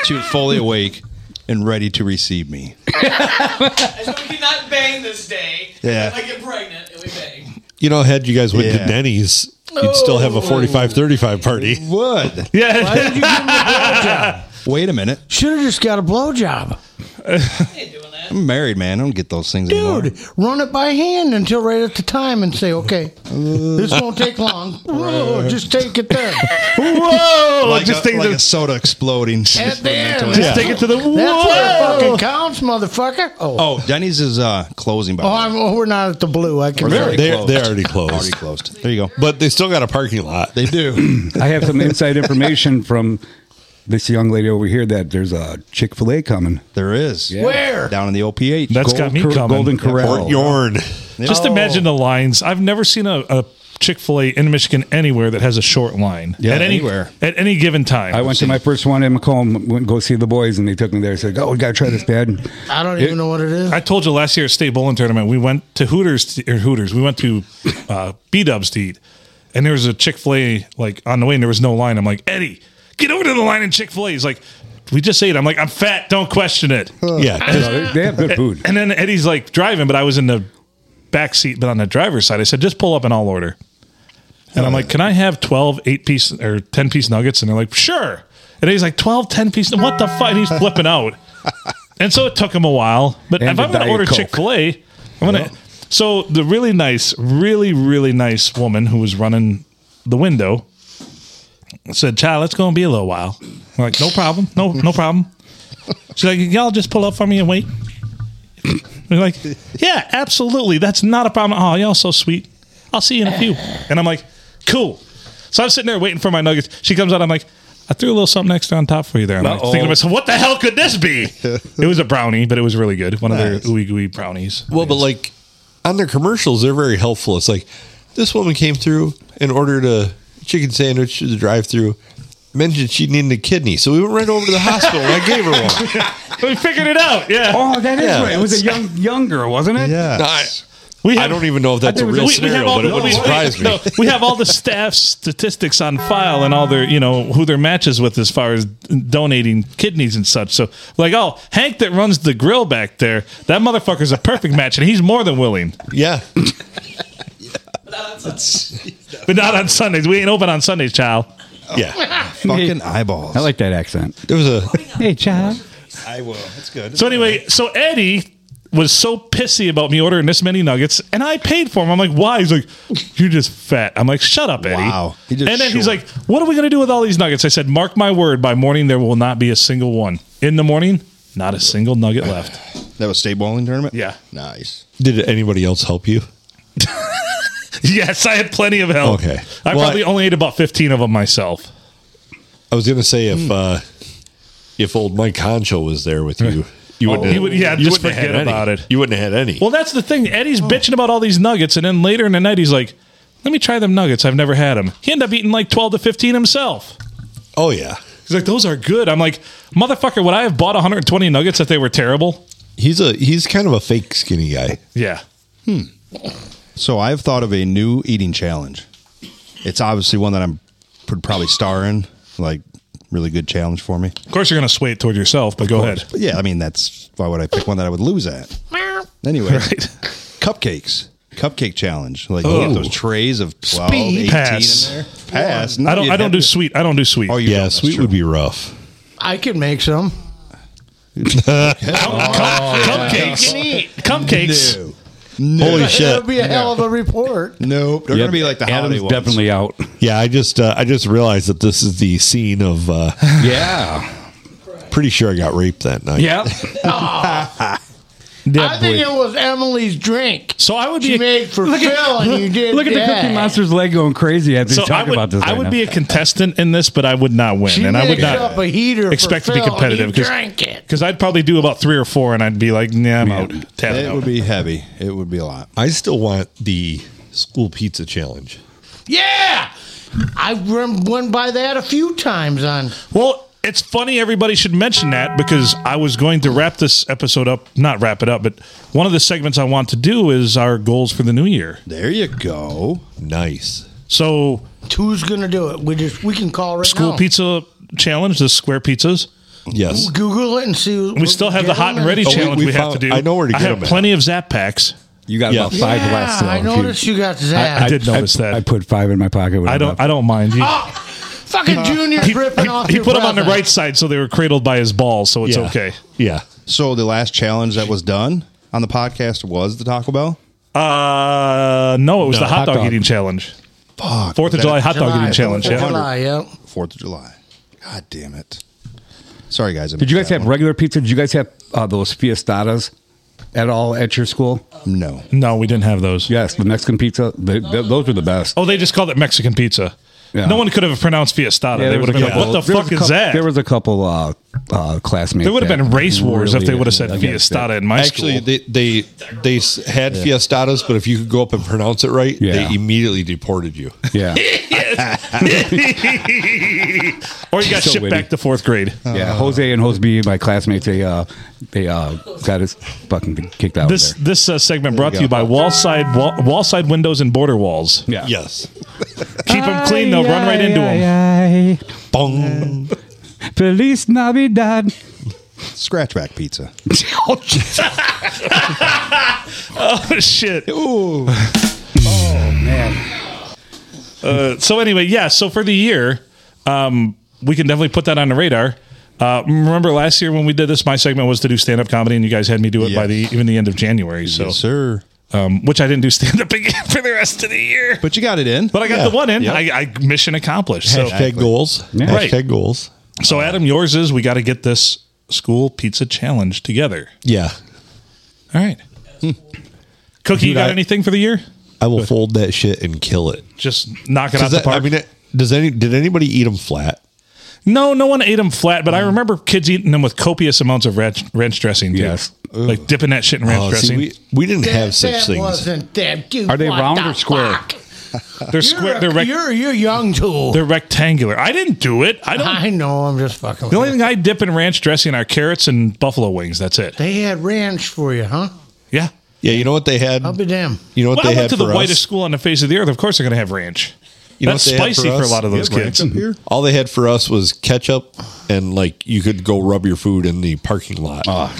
she was fully awake and ready to receive me.
I know we cannot bang this day.
Yeah.
If I get pregnant and we bang.
You know, had you guys went
Yeah.
to Denny's, you'd still have a 45-35 party.
Would
Yeah.
wait a minute.
Should have just got a blowjob,
I ain't doing that.
I'm married, man. I don't get those things anymore.
dude. Run it by hand until right at the time, and say, "Okay, this won't take long. Whoa, just take it there."
Whoa!
Like,
just
a,
take
like a
the,
soda exploding.
At the end.
just take it to the
That's what
whoa.
fucking counts, motherfucker. Oh,
Oh, Denny's is uh, closing by.
oh,
the way.
I'm, oh, we're not at the blue. I can.
Very
They're,
close.
they're already closed.
already closed. There you go.
But they still got a parking lot. They
do.
I have some inside information from this young lady over here that there's a Chick Fil A coming.
There is.
Where?
Down in the OPH.
That's
Gold
got me
Cor-
coming.
Golden
Fort
Corral.
Yorn.
Just imagine the lines. I've never seen a, a Chick Fil A in Michigan anywhere that has a short line.
Yeah,
at any,
anywhere.
At any given time.
I went to my first one in Macomb, went go see the boys, and they took me there. said, "Oh, we gotta try this, Dad."
I don't even know what it is.
I told you last year at state bowling tournament we went to Hooters to, or Hooters. We went to uh, B Dubs to eat, and there was a Chick Fil A like on the way, and there was no line. I'm like Eddie, get over to the line in Chick Fil A. He's like, we just ate. I'm like, I'm fat. Don't question it.
Yeah. 'cause-
They, they have good food.
And then Eddie's like driving, but I was in the back seat, but on the driver's side. I said, just pull up and I'll order. And I'm like, can I have 12 eight piece or 10 piece nuggets? And they're like, sure. And he's like, 12, 10 piece. What the fuck? And he's flipping out. And so it took him a while. But
And
if
a
I'm going to
Diet
order
Coke.
Chick fil A, I'm going to. So the really nice, really, really nice woman who was running the window said, Child, it's going to be a little while. I'm like, No problem. No, no problem. She's like, Y'all just pull up for me and wait. We're like, Yeah, absolutely. That's not a problem. Oh, y'all so sweet. I'll see you in a few. And I'm like, Cool. So I'm sitting there waiting for my nuggets. She comes out. I'm like, I threw a little something extra on top for you there. And I'm like,
Uh-oh.
thinking to myself, what the hell could this be? it was a brownie, but it was really good. One of their ooey gooey brownies.
Well, but like on their commercials, they're very helpful. It's like this woman came through and ordered a chicken sandwich through the drive-through. Mentioned she needed a kidney, so we went right over to the hospital and I gave her one.
we figured it out. Yeah.
Oh, that is
Yeah.
right. It was a young young girl, wasn't it?
Yeah.
I,
We
I don't even know if that's a
think it was-
real
we- we
scenario, but it wouldn't
we-
surprise me.
no, we have all the staff statistics on file and all their, you know, who their matches with as far as donating kidneys and such. So, like, oh, Hank that runs the grill back there, that motherfucker's a perfect match, and he's more than willing.
Yeah,
But not on Sundays. We ain't open on Sundays, child.
yeah.
Fucking eyeballs.
I like that accent.
There was a
Hey, child.
I will. That's good.
So anyway, so Eddie was so pissy about me ordering this many nuggets, and I paid for them. I'm like, why? He's like, you're just fat. I'm like, shut up, Eddie.
Wow. He just
and then he's
short.
like, what are we gonna do with all these nuggets? I said, mark my word, by morning there will not be a single one. In the morning, not a single nugget left.
That was state bowling tournament.
Yeah.
Nice.
Did anybody else help you?
yes, I had plenty of help.
Okay.
I
Well,
probably
I-
only ate about 15 of them myself.
I was gonna say if uh, if old Mike Concho was there with you, you wouldn't.
Oh, he would- yeah,
you
just
wouldn't have had
forget
any.
about it.
You wouldn't have had any.
Well, that's the thing. Eddie's bitching about all these nuggets, and then later in the night, he's like, let me try them nuggets. I've never had them. He ended up eating like 12 to 15 himself.
oh yeah,
He's like, those are good. I'm like, motherfucker, would I have bought 120 nuggets if they were terrible?
he's a he's kind of a fake skinny guy.
Yeah.
So I've thought of a new eating challenge. It's obviously one that I'm would probably star in. Like really good challenge for me.
Of course, you're going to sway it toward yourself, but go ahead.
But yeah, I mean that's why would I pick one that I would lose at? Anyway, cupcakes. Cupcake challenge. Like you get those trays of 12, 18
Pass.
in there. Pass. No,
I don't.
you'd
I don't
have
do
to-
sweet. I don't do sweet.
Oh, you
Yeah,
don't. That's
sweet
true.
would be rough.
I can make some.
Uh, cupcakes. Cupcakes.
No.
Holy
It'll
shit!
be a hell of a report.
Nope. They're
Yep.
gonna be like the holiday
Adam's
ones.
definitely out.
Yeah, I just uh, I just realized that this is the scene of. Uh,
Yeah.
pretty sure I got raped that night.
yeah.
Yeah,
I think
boy.
it was Emily's drink
so I would
she
be.
made for Phil, and you did
Look at
that.
the Cookie Monster's leg going crazy after
so
you
I
talk
would.
about this.
I
right
would
now.
be a contestant in this, but I would not win,
She
and I would
mixed
not
up a heater
expect to
for
be
Phil,
competitive,
And
'cause-
he drank it.
because I'd probably do about three or four, and I'd be like, "Nah, I'm out." Tap
It
out.
would be heavy. It would be a lot.
I still want the school pizza challenge.
Yeah, I run, went by that a few times on.
Well, it's funny everybody should mention that because I was going to wrap this episode up, not wrap it up, but one of the segments I want to do is our goals for the new year.
There you go.
Nice.
So,
Who's gonna do it? We just we can call right
school
now.
pizza challenge, the square pizzas.
Yes.
Google it and see.
We still have the hot and ready
Oh, we-
challenge we,
we
have
found-
to do.
I know where to
I
get
have
'em at.
plenty of zap packs.
You got
Yeah.
about five
Oh, yeah,
left. though,
I
if you-
noticed you got that.
I did notice that.
I put five in my pocket. When
I don't. I don't mind. He,
Ah, Fucking
Uh,
Junior
he,
ripping
he-
off.
he
your
put them on the
brother.
right side, so they were cradled by his balls. So it's
Yeah.
okay.
Yeah.
So the last challenge that was done on the podcast was the Taco Bell.
Uh, no, it was the hot,
hot
dog,
dog.
eating challenge.
Fuck.
Fourth of
That-
July hot dog
July,
eating challenge.
Fourth of
Yeah.
July, yep.
Fourth of July. God damn it. Sorry guys. I
Did you
missed
guys
that
have
one.
regular pizza? Did you guys have uh, those fiestadas at all at your school?
No.
No, we didn't have those.
Yes, the Mexican pizza. The, the, those were the best.
Oh, they just called it Mexican pizza.
Yeah.
No one could have pronounced fiestada.
Yeah,
they
there
would
was
have been
a
like, "What
couple-
the
there was
fuck
a
is
couple-
that?"
There was a couple uh, uh, classmates.
There would have
that
been race wars if
really
they would have said
hated it.
fiestada in my
Actually,
school.
they they they s- had fiestadas, but if you could go up and pronounce it right,
Yeah.
they immediately deported you.
Yeah,
or you got
So
shipped
witty.
back to fourth grade.
yeah. Jose and Jose B, my classmates, they uh, they uh, got us fucking kicked out.
This
of there.
this uh, segment brought to you by Wallside wall, Wallside Windows and Border Walls.
Yeah.
Yes.
Keep them clean; they'll run right into them.
them.
Bong.
Feliz Navidad.
Scratchback pizza.
oh, Jesus.
Oh, shit. Oh,
man.
Uh, so anyway, yeah. So for the year, um, we can definitely put that on the radar. Uh, remember last year when we did this, my segment was to do stand up comedy, and you guys had me do it
Yeah.
by the even the end of January. So,
Yes, sir.
um, which I didn't do stand up again for the rest of the year.
But you got it in.
But I got the one in.
Yep.
I, I mission accomplished. So,
Hashtag goals.
Right.
Hashtag goals.
so Adam, yours is we got to get this school pizza challenge together.
Yeah.
All right. Cookie, you got
Hmm. I-
anything for the year?
I will fold that shit and kill it.
Just knock it out
Does
the
that,
park.
I mean, it- does any did anybody eat them flat?
no, no one ate them flat, but I
Mm.
remember kids eating them with copious amounts of ranch, ranch dressing. Too.
Yes.
like dipping that shit in ranch
Oh, see,
dressing.
we, we didn't have
that
such things.
Wasn't that cute?
Are they
What
round
the
or square?
fuck?
they're
You're,
square.
a-
They're, rec-
you're, you're young too.
they're rectangular. I didn't do it. I don't.
I know. I'm just
the
fucking. with
only
you.
thing I dip in ranch dressing are carrots and buffalo wings. That's it.
they had ranch for you, huh?
Yeah.
Yeah, you know what they had.
I'll be damned.
You know what
Well,
they
I went
had
to the
for us?
whitest school on the face of the earth. Of course, they're going to have ranch.
You know
That's
what they had
spicy for, a
us?
lot of those
Yeah,
kids.
ranch up here.
All they had for us was ketchup, and like you could go rub your food in the parking lot.
Ah.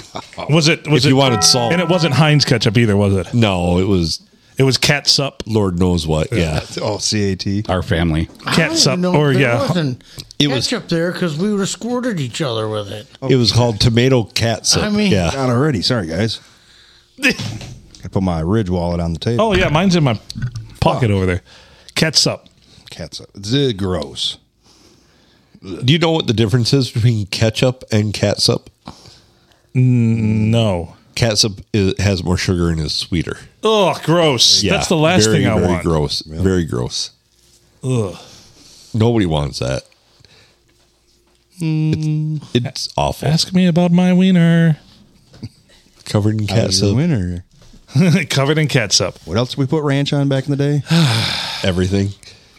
Was it? Was
If
it,
you wanted salt.
and it wasn't Heinz ketchup either, was it?
no, it was
It was catsup,
Lord knows what. Yeah,
Oh, CAT.
Our family.
catsup,
know
or
there
yeah,
wasn't
It
it
was-
ketchup there because we were squirted each other with it.
it was called tomato catsup.
I mean-
yeah,
Not already. Sorry, guys. I put my Ridge wallet on the table.
Oh yeah, mine's in my pocket over there. Catsup.
Cats. It's gross.
Do you know what the difference is between ketchup and catsup?
No.
Catsup is, has more sugar and is sweeter.
Ugh, gross.
Yeah,
That's the last
very,
thing I
very
want.
Gross, very gross.
Ugh.
Nobody wants that.
Mm.
It's, it's awful.
Ask me about my wiener.
Covered in
That's a
catsup,
winner.
Covered in catsup.
What else we put ranch on back in the day?
everything.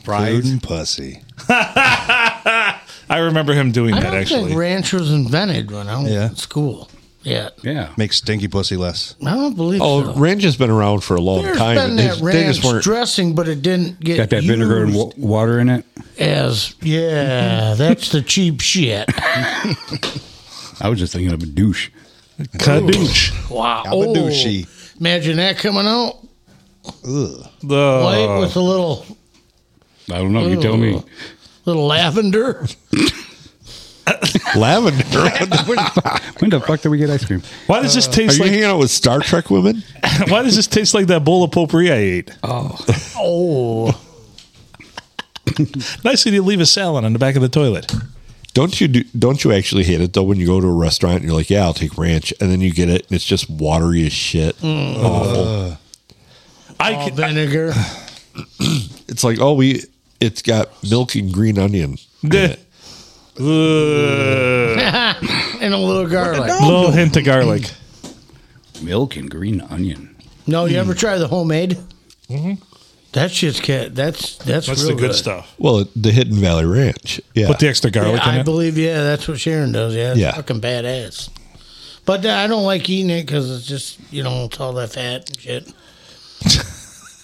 Food and pussy.
I remember him doing
I
that
don't
actually.
think ranch was invented when I was
Yeah.
in school. Yeah,
Yeah.
Make stinky pussy less.
I don't believe
Oh,
so.
ranch has been around for a long
There's
time.
been
and they-
that
they
ranch
just weren't.
dressing, but it didn't get
Got that vinegar and
used
w- water in it.
as yeah. That's the cheap shit.
I was just thinking of a douche.
Kadoosh.
Wow. Oh,
Kabadooshie.
Imagine that coming out
Ugh.
white
The
with a little
I don't know. You tell me.
little lavender.
Lavender. What the-
When the fuck did we get ice cream?
why does
uh,
this
Are
taste
you
like?
hanging out with Star Trek women?
Why does this taste like that bowl of potpourri I ate?
Uh, Oh,
Nice of you to leave a salad on the back of the toilet.
Don't you do, don't you actually hate it though when you go to a restaurant and you're like, yeah, I'll take ranch, and then you get it and it's just watery as shit.
Mm.
Awful.
I
all
could,
vinegar.
It's like, oh, we it's got milk and green onion.
Ugh.
and a little garlic.
little hint of garlic.
Milk and green onion.
No, you ever try the homemade? Mm-hmm. That shit's cat. That's that's
That's
real
the good, stuff.
Well, the Hidden Valley Ranch. Yeah,
Put the extra garlic
Yeah, I
in it.
believe. Yeah, that's what Sharon does. Yeah, it's
Yeah.
fucking badass. But uh, I don't like eating it because it's just you know it's all that fat and shit.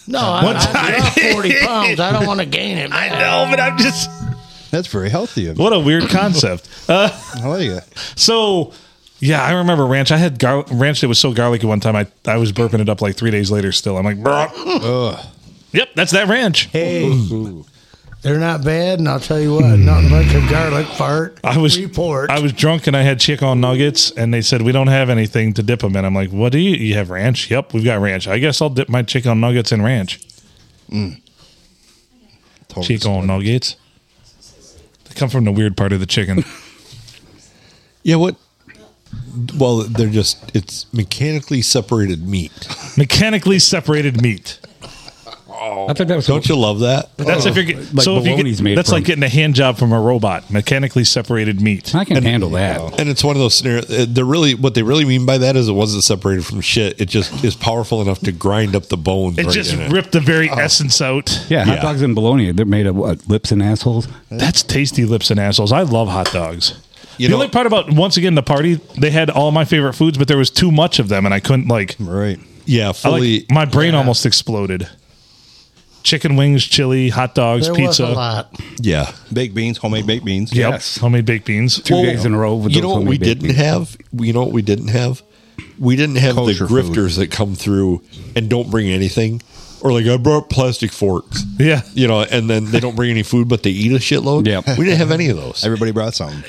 No, I,
One
I dropped
time-
forty pounds. I don't want to gain it.
I
back.
know, but I'm just.
That's very healthy of you.
What a weird concept. Uh,
I like it.
so, yeah, I remember ranch. I had gar- ranch that was so garlicky one time. I, I was burping it up like three days later still. I'm like, "Bruh." yep, that's that ranch.
Hey, they're not bad, and I'll tell you what, nothing like a garlic fart.
I was
report.
I was drunk and I had chicken nuggets, and they said we don't have anything to dip them in. I'm like, what do you? You have ranch? Yep, we've got ranch. I guess I'll dip my chicken nuggets in ranch.
Mm. Totally
Chicken nuggets. They come from the weird part of the chicken.
yeah. What? Well, they're just it's mechanically separated meat.
Mechanically separated meat.
I thought that was
Don't you love that?
That's if you're get-
Oh, Like
so if you
bologna's
get,
made
that's
from-
like getting a hand job from a robot. Mechanically separated meat.
I can handle that.
And it's one of those scenarios. They're really what they really mean by that is it wasn't separated from shit. It just is powerful enough to grind up the bones.
It
right
just
in it.
ripped the very essence out.
Oh. Yeah, hot
Yeah.
dogs and bologna. They're made of what? Lips and assholes?
That's tasty lips and assholes. I love hot dogs.
You
the
know-
only part about once again the party, they had all my favorite foods, but there was too much of them, and I couldn't like.
Right.
Yeah,
I
fully.
like my brain almost exploded. Chicken wings, chili, hot dogs,
there was
pizza.
a lot.
yeah.
Baked beans, homemade baked beans.
Yep,
Yes.
homemade baked beans.
Two days in a row. With
you
those
know what
homemade
we
baked
didn't have? You know what we didn't have? We didn't have
Kosher
the grifters that come through and don't bring anything, or like I brought plastic forks,
Yeah,
you know, and then they don't bring any food, but they eat a shitload.
Yep.
we didn't have any of those.
Everybody brought something.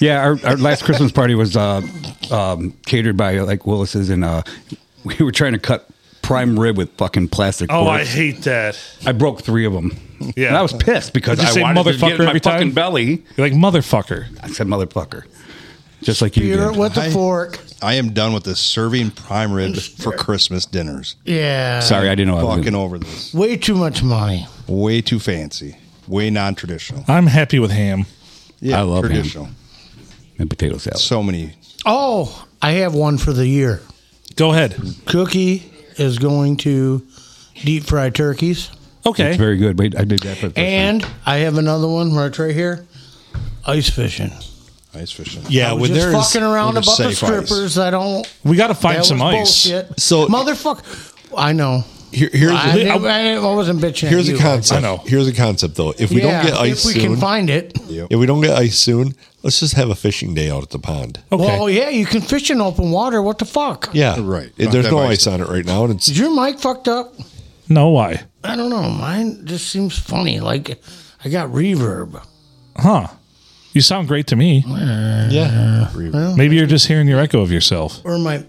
Yeah, our, our last Christmas party was uh, um, catered by like Willis's, and uh, we were trying to cut prime rib with fucking plastic.
Oh, I
forks.
hate that.
I broke three of them.
Yeah.
and I was pissed because
Did you
I
say
wanted to get
motherfucker
in my
every time?
fucking belly.
You're like motherfucker.
I said motherfucker, just like you
You're
did.
with the
I-
fork.
I am done with this serving prime rib for Christmas dinners.
Yeah.
Sorry, I didn't know. I was
Fucking
in.
over this.
Way too much money.
Way too fancy. Way non-traditional.
I'm happy with ham.
Yeah,
I love ham.
traditional.
And potato salad.
So many.
Oh, I have one for the year.
Go ahead.
Cookie is going to deep fry turkeys.
Okay.
It's very good. Wait, I did that for the first
And I have another one right, right here. Ice fishing.
Ice fishing.
Yeah, when
Just
there is
fucking around
we'll just
about the
say ice.
strippers. I don't.
we got to
that
find some
was
ice.
Bullshit.
So-
motherfucker, I know.
here, here's
I,
the,
didn't- I, didn't- I wasn't bitching.
here's
at
a
you.
concept.
I know.
Here's a concept though. If we
Yeah,
don't get ice
if we
soon,
can find it.
if we don't get ice soon, let's just have a fishing day out at the pond.
Okay.
Well, yeah, you can fish in open water. What the fuck?
Yeah,
Right.
It-
Not
there's
that
no ice
ice.
on it right now, and it's
Is your mic fucked up?
no, why?
I don't know. Mine just seems funny. Like I got reverb.
Huh? You sound great to me.
yeah.
Maybe you're just hearing your echo of yourself.
Or my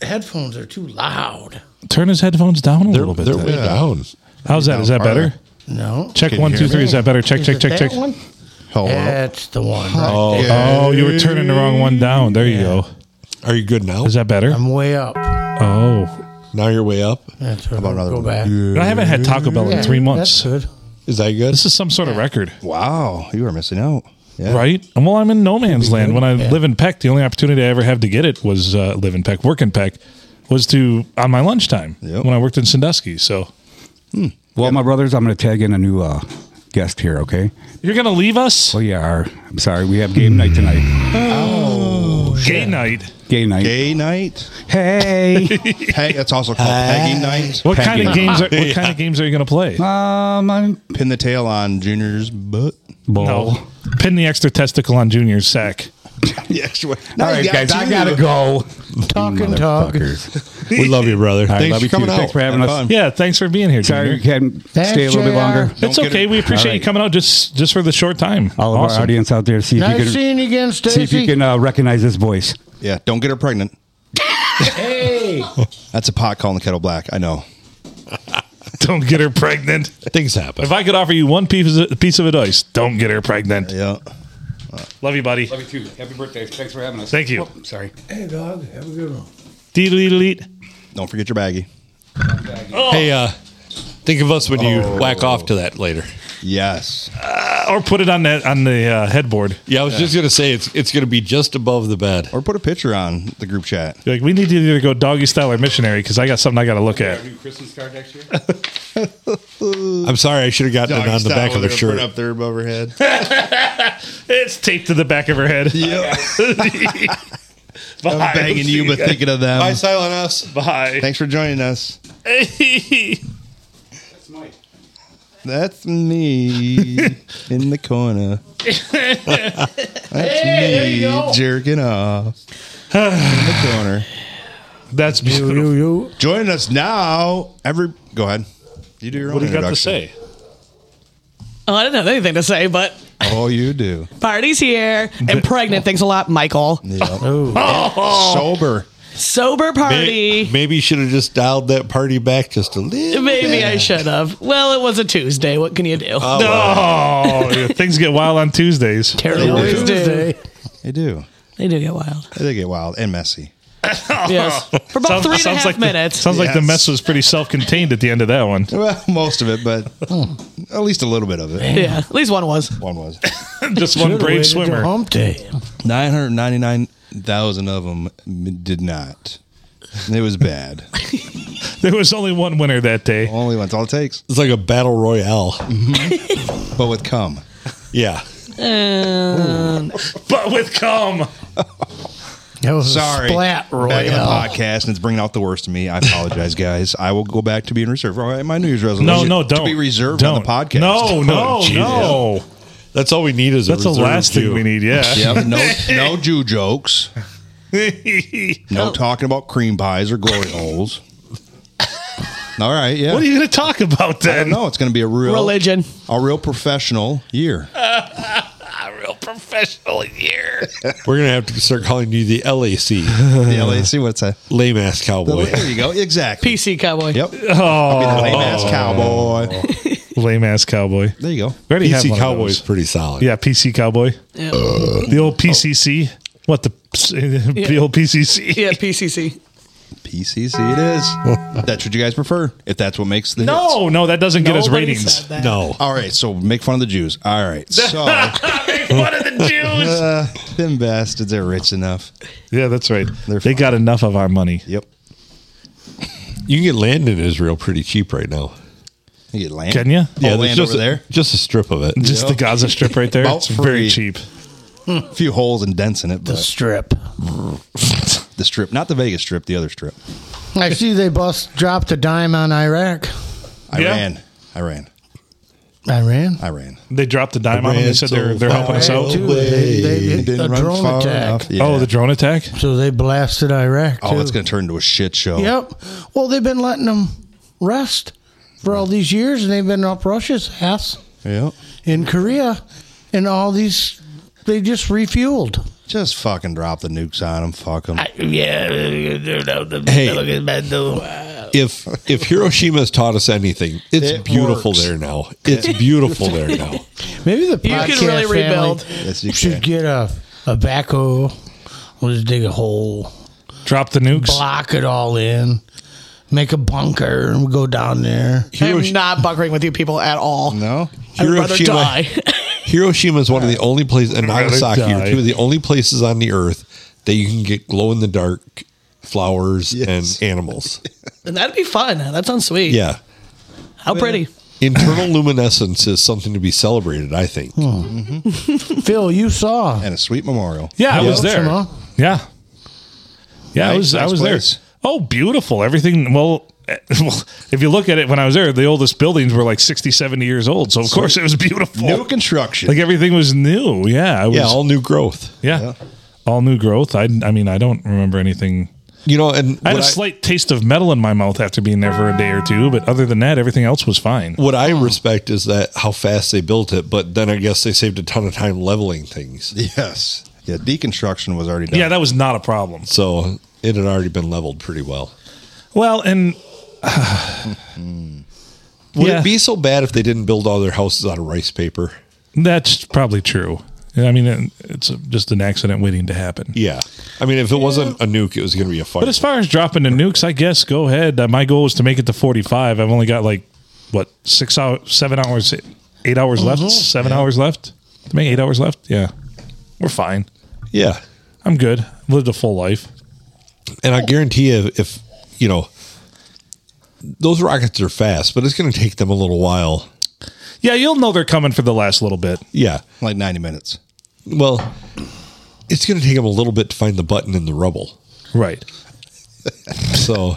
headphones are too loud.
Turn his headphones down a
They're,
little bit.
they're
then.
way down.
How's that? Is that
Are they?
better?
No.
Check one, two, three. Is that better? Check,
Is
check,
it
check,
that
check.
One?
Hello.
That's the one. Right there.
Oh, you were turning the wrong one down. There you go.
Are you good now?
Is that better?
I'm way up.
Oh,
now you're way up.
That's what I'll
another
go
one?
back.
I haven't had Taco Bell in
Yeah,
three months.
That's good.
Is that good?
This is some sort of record,
Wow, you are missing out. Yeah.
right? And well, I'm in no man's land. When I live in Peck, the only opportunity I ever had to get it was uh, live in Peck, work in Peck, was to on my lunchtime
Yep.
when I worked in Sandusky. So
Well, my brothers, I'm going to tag in a new uh, guest here. Okay.
you're gonna leave us
Oh yeah. Our, I'm sorry. We have game night tonight.
gay night.
Gay night.
Gay night.
Hey.
Peg, that's also called pegging night.
What kind of
Packing.
games? Are, what kind of games are you gonna play?
um. I'm
Pin the tail on Junior's butt.
bull.
No, pin the extra testicle on Junior's sack.
The extra one.
All right, guys. I gotta go.
Talk and talk.
Motherfuckers.
we love you, brother.
I
Thanks
love
for
you
coming
too.
out.
Thanks for having
Have
us.
fun.
Yeah, thanks for being here,
Sorry
Junior.
you can stay a little bit
JR.
longer.
It's
Don't get
okay.
it-
We appreciate
All
you
right.
coming out just just for the short time.
All of
Awesome.
our audience out there, see if you
Nice
can
seeing you again,
see if you
Stacy.
can uh, recognize this voice.
Yeah, don't get her pregnant.
Hey,
That's a pot calling the kettle black. I know.
Don't get her pregnant.
Things happen.
If I could offer you one piece of, piece of advice, don't get her pregnant.
Yeah.
Love you, buddy.
Love you too. Happy birthday. Thanks for having us.
Thank you.
Oh, sorry.
hey, dog. Have a good one.
Dee dee dee dee.
Don't forget your baggie.
Hey, uh, think of us when you whack off to that later.
Yes.
Or put it on that on the uh, headboard.
Yeah, I was just gonna say it's it's gonna be just above the bed.
Or put a picture on the group chat.
You're like, we need to either go doggy style or missionary because I got something I got to look at.
Christmas card next year.
I'm sorry, I should have gotten it on the back of their shirt.
Up there above her head.
It's taped to the back of her head.
Yep.
Bye.
I'm banging you, but thinking of them.
Bye, Silent Us.
Bye.
Thanks for joining us.
That's
Mike.
That's me in the corner. That's me jerking off in the corner.
beautiful.
You, you.
Joining us now, every go ahead. You do your own.
What do you got to
introduction.
say?
Oh, I didn't have anything to say, but
Oh, you do.
party's here and pregnant. Thanks a lot, Michael.
Oh.
Sober.
Sober party.
Maybe, maybe you should have just dialed that party back just a little.
Maybe I should have. Well, it was a Tuesday. What can you do?
Oh, yeah, things get wild on Tuesdays.
They always do.
Tuesday.
They do.
They do get wild.
They get wild and messy.
Yes. For about three and a half
like the-
minutes.
sounds like the
Yes.
mess was pretty self-contained at the end of that one.
Well, most of it, but hmm, at least a little bit of it.
yeah. At least one was.
One was
Just one brave
Waited till
swimmer.
Hump day.
nine hundred ninety nine thousand of them did not. It was bad.
There was only one winner that day.
Only once. All it takes,
It's like a battle royale.
but with cum.
Yeah.
Uh,
But with cum.
That was
Sorry.
a splat
Back in the
royale.
podcast, and it's bringing out the worst in me. I apologize, guys. I will go back to being reserved. All right, my New Year's resolution.
No, no, don't
To be reserved
don't.
on the podcast. Oh,
No, no, no.
That's all we need is
That's
a
the
reserve
last thing
queue.
we need. Yeah.
Yep, no, no Jew jokes. No talking about cream pies or glory holes. All right, yeah.
What are you going to talk about then?
no, it's going to be a real
Religion.
a real professional year.
Real prof- special year.
We're gonna have to start calling you the LAC,
The LAC, what's that?
lame ass cowboy.
There you go. Exactly. Oh.
PC cowboy.
Yep. Lame ass cowboy.
Lame ass cowboy.
There you go.
We already have
PC
one of
Cowboy is
those.
pretty solid.
Yeah, PC cowboy.
Yeah.
The old PCC. What the the
Oh. Yeah.
old PCC?
Yeah, PCC.
PCC it is. that's what you guys prefer. If that's what makes the hits.
No, no, that doesn't get us
Nobody
ratings.
said that.
No,
All right, so make fun of the Jews. All right, so
Make fun of the Jews.
uh, them bastards are rich enough.
Yeah, that's right.
They're
they
fine.
got enough of our money.
Yep,
you can get land in Israel pretty cheap right now.
you get land.
Can ya?
Yeah,
there's
land
just
over
a,
there.
just a strip of it.
Just the Gaza Strip right there.
About
It's very
free.
cheap.
A few holes and dents in it,
The
but
strip.
the strip, not the Vegas strip, the other strip.
I see they bust dropped a dime on Iraq.
Iran, Iran,
Iran.
Iran.
They dropped a dime on them. They said they're they're helping us out.
Too. They, they did a drone attack.
Yeah.
Oh, the drone attack.
So they blasted Iraq.
Oh,
too.
it's going to turn into a shit show.
Yep. Well, they've been letting them rest for all these years, and they've been up Russia's ass
Yep.
in Korea, and all these they just refueled.
Just fucking drop the nukes on them. Fuck them.
If if Hiroshima has taught us anything, it's
It
beautiful
works.
there now. It's beautiful there now.
Maybe the
You
podcast
can really
family
rebuild.
Yes, you
should
can.
get a a backhoe. We'll just dig a hole,
Drop the nukes.
block it all in, make a bunker, and we go down there.
Hirosh-
I'm not bunkering with you people at all.
No,
I'd rather
Hiroshima-
die.
Hiroshima is one of the only places, and
rather
Nagasaki are
die.
two of the only places on the earth that you can get glow in the dark flowers
Yes.
and animals.
and that'd be fun. That sounds sweet.
Yeah.
How pretty.
Internal luminescence is something to be celebrated, I think.
Hmm.
Phil, you saw.
and a sweet memorial.
Yeah, I
Yeah.
was there.
Hiroshima.
Yeah, yeah, I
Nice,
was. I
nice
was
place.
there. Oh, beautiful. Everything. Well, eh, well, if you look at it, when I was there, the oldest buildings were like 60, 70 years old. So of course it was beautiful.
New construction.
Like everything was new. Yeah, I was.
Yeah,
Yeah,
all new growth.
all new growth. I. I mean, I don't remember anything.
You know, and
I had
what
a slight taste of metal in my mouth after being there for a day or two, but other than that, everything else was fine.
what I respect is that how fast they built it, but then I guess they saved a ton of time leveling things.
yes. Yeah. Deconstruction was already done.
Yeah, that was not a problem.
So it had already been leveled pretty well.
Well, and
Would
Yeah.
it be so bad if they didn't build all their houses out of rice paper?
that's probably true. I mean, it- it's just an accident waiting to happen.
Yeah. I mean, if it wasn't a nuke, it was going to be a fire.
But as far as dropping the nukes, I guess go ahead. Uh, my goal is to make it to 45. I've only got like what six hours, seven hours, eight hours left, seven hours left. To make eight hours left, yeah, we're fine.
yeah.
I'm good. Lived a full life.
And I guarantee you, if you know, those rockets are fast, but it's going to take them a little while.
Yeah, you'll know they're coming for the last little bit.
Yeah.
Like ninety minutes.
Well, it's going to take them a little bit to find the button in the rubble.
Right.
So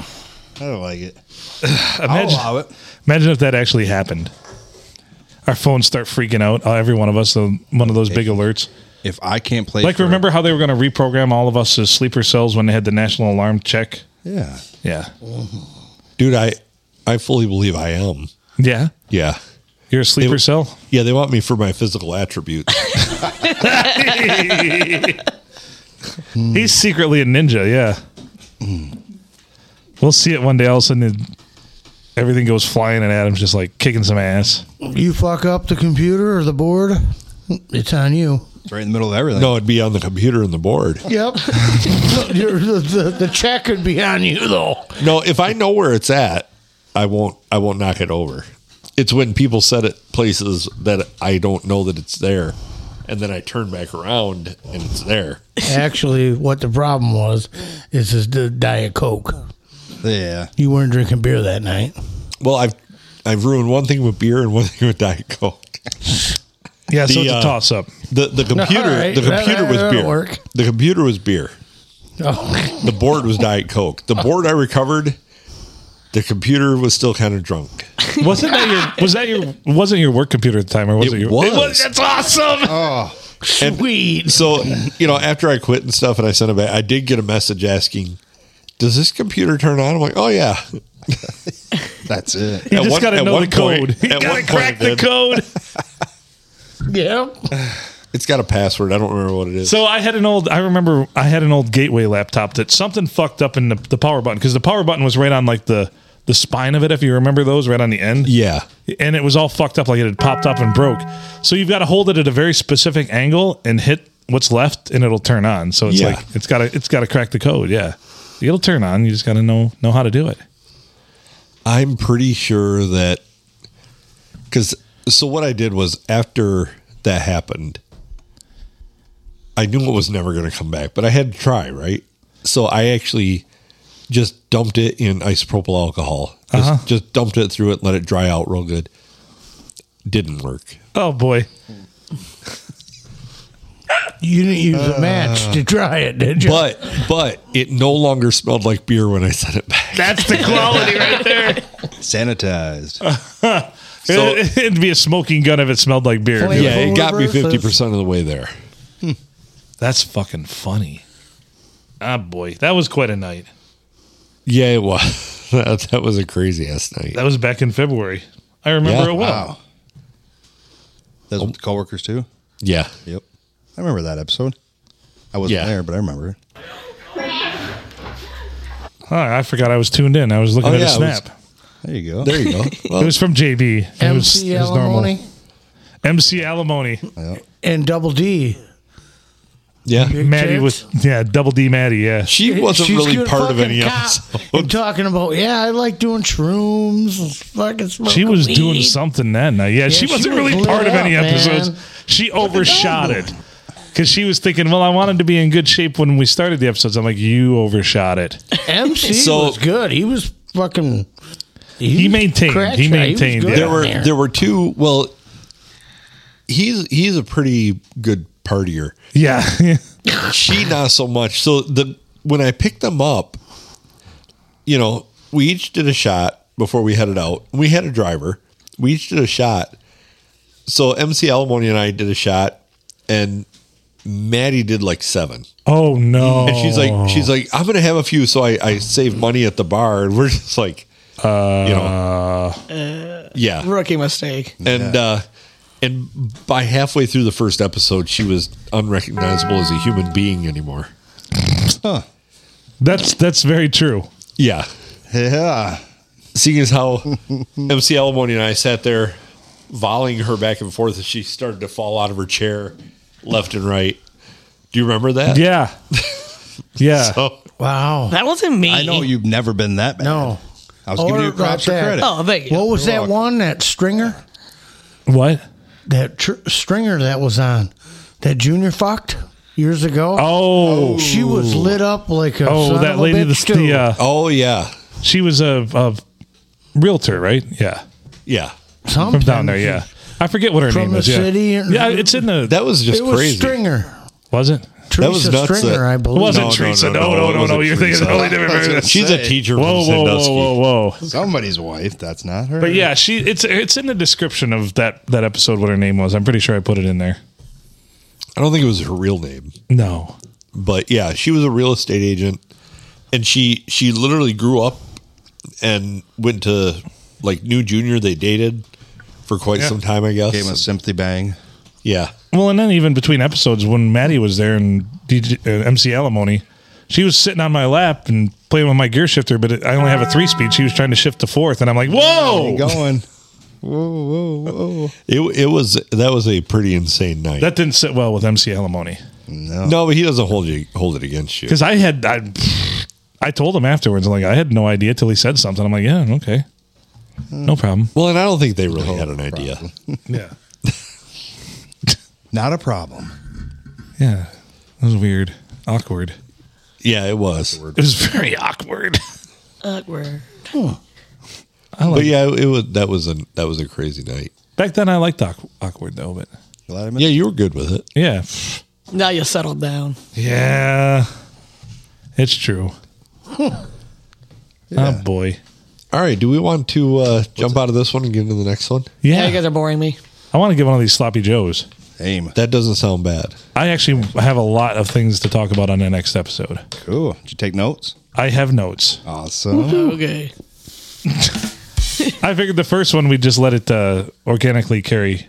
I don't like it.
Imagine,
allow it.
imagine if that actually happened. Our phones start freaking out. uh, Every one of us, uh, one of those big alerts.
If I can't play,
Like,
for-
remember how they were going to reprogram all of us as sleeper cells when they had the national alarm check?
Yeah.
Yeah.
dude, I I fully believe I am.
Yeah.
Yeah.
You're a sleeper
It-
cell?
Yeah, they want me for my physical attributes.
He's secretly a ninja, yeah. We'll see it one day. All of a sudden, it- everything goes flying, and Adam's just like kicking some ass.
You fuck up the computer or the board, it's on you.
It's right in the middle of everything.
no, it'd be on the computer and the board.
Yep. Your- the, the, the check would be on you though.
No, if I know where it's at, I won't I won't knock it over. It's when people set it places that I don't know that it's there. And then I turn back around and it's there.
Actually, what the problem was is is the diet coke.
Yeah.
You weren't drinking beer that night.
Well, I've I've ruined one thing with beer and one thing with Diet Coke.
Yeah, so
The,
it's a
uh,
toss up.
The the computer
all right.
the
That-
computer
that-
was
that'll
beer.
work.
The computer was beer.
Oh,
The board was Diet Coke. The board I recovered. The computer was still kind of drunk.
Wasn't that your? Was that your? Wasn't your work computer at the time, or was it,
It
your?
was. Uh,
that's awesome.
sweet.
So you know, after I quit and stuff, and I sent it back, I did get a message asking, "Does this computer turn on?" I'm like, "Oh yeah."
That's it.
you
at
just
one-
got to
at
know the
one point-
code. You
at
got
one
to
point
crack
it
the
did.
code.
Yeah.
It's got a password. I don't remember what it is.
So I had an old. I remember I had an old Gateway laptop that something fucked up in the, the power button because the power button was right on like the the spine of it. If you remember those, right on the end.
yeah.
And it was all fucked up, like it had popped up and broke. So you've got to hold it at a very specific angle and hit what's left, and it'll turn on. So it's
Yeah.
like it's got to it's got to crack the code. Yeah, it'll turn on. You just got to know know how to do it.
I'm pretty sure that because so what I did was after that happened, I knew it was never going to come back, but I had to try, right? So I actually just dumped it in isopropyl alcohol, just,
Uh-huh.
just dumped it through it, let it dry out real good. Didn't work.
Oh boy,
You didn't use a match to try it, did you?
But but it no longer smelled like beer when I sent it back.
that's the quality right there. Uh,
sanitized.
So-
it, would be a smoking gun if it smelled like beer.
Flavor.
Oh, yeah, it got me
Versus-
fifty percent of the way there.
That's fucking funny. Ah, boy, that was quite a night.
Yeah, it was. that, that was a crazy ass night.
That was back in February. I remember
Yeah,
it well.
Wow. That's with the coworkers too.
Yeah.
Yep. I remember that episode. I wasn't
Yeah.
there, but I remember it.
Huh, Ah, I forgot I was tuned in. I was looking
Oh,
at a
yeah, it was-
snap. It was,
There you go.
There you go. Well,
from JB. It was,
MC
it was normal.
Alimony
MC Alimony.
and Double D.
yeah.
Big
Maddie
tits.
was yeah, double D Maddie. Yeah,
She wasn't
She's
really
good
part of
fucking
any
cop And
episode.
talking about, yeah, I like doing shrooms. and Fucking smoking
she was
weed.
doing something that night. Yeah, she
she
wasn't
was
really
lit
part of
up,
any
man.
episodes. She overshot it because she was thinking, "Well, I wanted to be in good shape when we started the episodes." I'm like, "You overshot it."
MC
So-
was good. He was fucking. He, was
maintained.
cracked,
He
right?
maintained,
good
yeah.
There
out
were there were two. Well, he's he's a pretty good partier.
Yeah,
She not so much. So the when I picked them up, you know, we each did a shot before we headed out. We had a driver. We each did a shot. So MC Alimony and I did a shot, and Maddie did like seven.
Oh no!
And she's like,
Oh.
she's like, I'm gonna have a few, so I, I save money at the bar, and we're just like, uh, you know, yeah.
Rookie mistake.
And uh, and by halfway through the first episode, she was unrecognizable as a human being anymore.
that's that's very true.
Yeah,
Yeah.
seeing as how MC Alimony and I sat there volleying her back and forth as she started to fall out of her chair, left and right. Do you remember that? Oh.
Yeah, yeah.
So,
Wow.
That wasn't me.
I know you've never been that bad.
No.
I was giving
Or
you props or
about that.
credit.
Oh, thank you.
What was that one? That stringer?
what?
That tr- stringer that was on that Junior fucked years ago?
Oh,
She was lit up like a.
oh,
son
that
of a
lady.
bitch,
The,
too.
the uh,
oh yeah,
she was a, a realtor, right? Yeah,
yeah.
from down
Sometimes
there. Yeah, I forget what her
From
name
the
is. yeah.
city and-
yeah, it's in the.
That was just
It was
crazy.
Stringer.
was it?
Teresa
was nuts uh, that-
Stringer, I
It
believe.
wasn't
No, no,
Teresa.
no,
No,
no,
no, no,
it
no.
wasn't
You're thinking
Teresa.
of totally different. person.
She's a
Say.
teacher
Whoa,
from
whoa,
Sandusky.
whoa, whoa, whoa!
Somebody's wife. That's not her.
But yeah, she it's it's in the description of that that episode what her name was. I'm pretty sure I put it in there.
I don't think it was her real name,
No,
but yeah, she was a real estate agent, and she she literally grew up and went to like New Junior. They dated for quite some time, I guess.
Gave him a sympathy bang.
yeah,
Well, and then even between episodes, when Maddie was there and DJ, uh, MC Alimony, she was sitting on my lap and playing with my gear shifter, but it, I only have a three speed. She was trying to shift to fourth, and I'm like, whoa!
Going. whoa, whoa, whoa.
it it was that was a pretty insane night.
That didn't sit well with MC Alimony
No.
no, but he doesn't hold you hold it against you.
because I had I, I told him afterwards, like I had no idea till he said something. I'm like, yeah, okay, no problem.
Well, and I don't think they really had an idea.
Yeah,
Not a problem.
yeah, that was weird, awkward.
Yeah, it was,
It was very awkward.
Awkward.
but yeah, it was that was a that was a crazy night.
Back then, I liked awk- awkward though, but
Glad I
Yeah,
mentioned
you were good with it.
yeah,
Now you settled down.
yeah, it's true. Oh boy.
All right, do we want to uh, jump out of this one and get into the next one?
Yeah,
Yeah, you guys are boring me.
I want to get one of these sloppy joes.
aim.
That doesn't sound bad.
I actually have a lot of things to talk about on the next episode.
Cool. Did you take notes?
I have notes.
Awesome.
Okay.
I figured the first one we just let it uh, organically carry.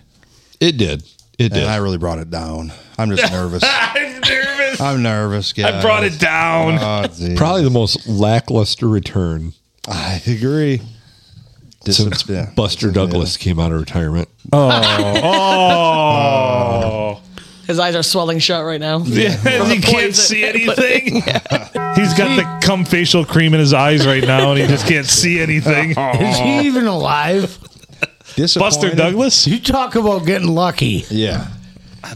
It did. It
and
did.
I really brought it down. I'm just nervous.
I'm nervous.
I'm nervous.
I brought it down.
down.
Probably the most lackluster return
I agree.
since
Disap- yeah.
Buster Douglas came out of retirement.
oh.
His eyes are swelling shut right now.
Yeah, you can't
poison.
see anything. He's got the cum facial cream in his eyes right now, and he just can't see anything.
Is he even alive?
Buster
Disappointed?
Douglas.
You talk about getting lucky.
Yeah.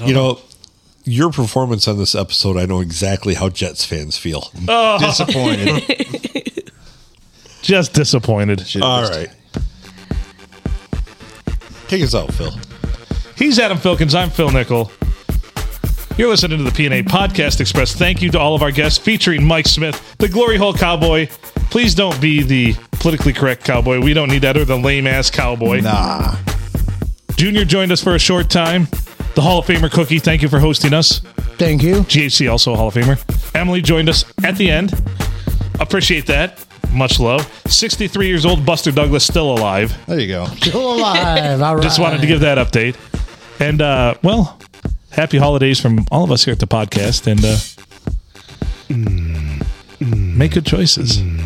You know, your performance on this episode, I know exactly how Jets fans feel.
Disappointed.
Just disappointed. Uh,
All right. Take us out, Phil.
He's Adam Filkins. I'm Phil Nickel. You're listening to the PNA Podcast Express. Thank you to all of our guests, featuring Mike Smith, the Glory Hole Cowboy. Please don't be the politically correct cowboy. We don't need that, or the lame ass cowboy.
Nah.
Junior joined us for a short time. The Hall of Famer Cookie, thank you for hosting us.
Thank you.
GHC, also a Hall of Famer. Emily joined us at the end. Appreciate that. Much love. 63 years old, Buster Douglas, still alive.
There you go.
Still alive. All right.
Just wanted to give that update. And, uh, well, happy holidays from all of us here at the podcast. And uh, make good choices.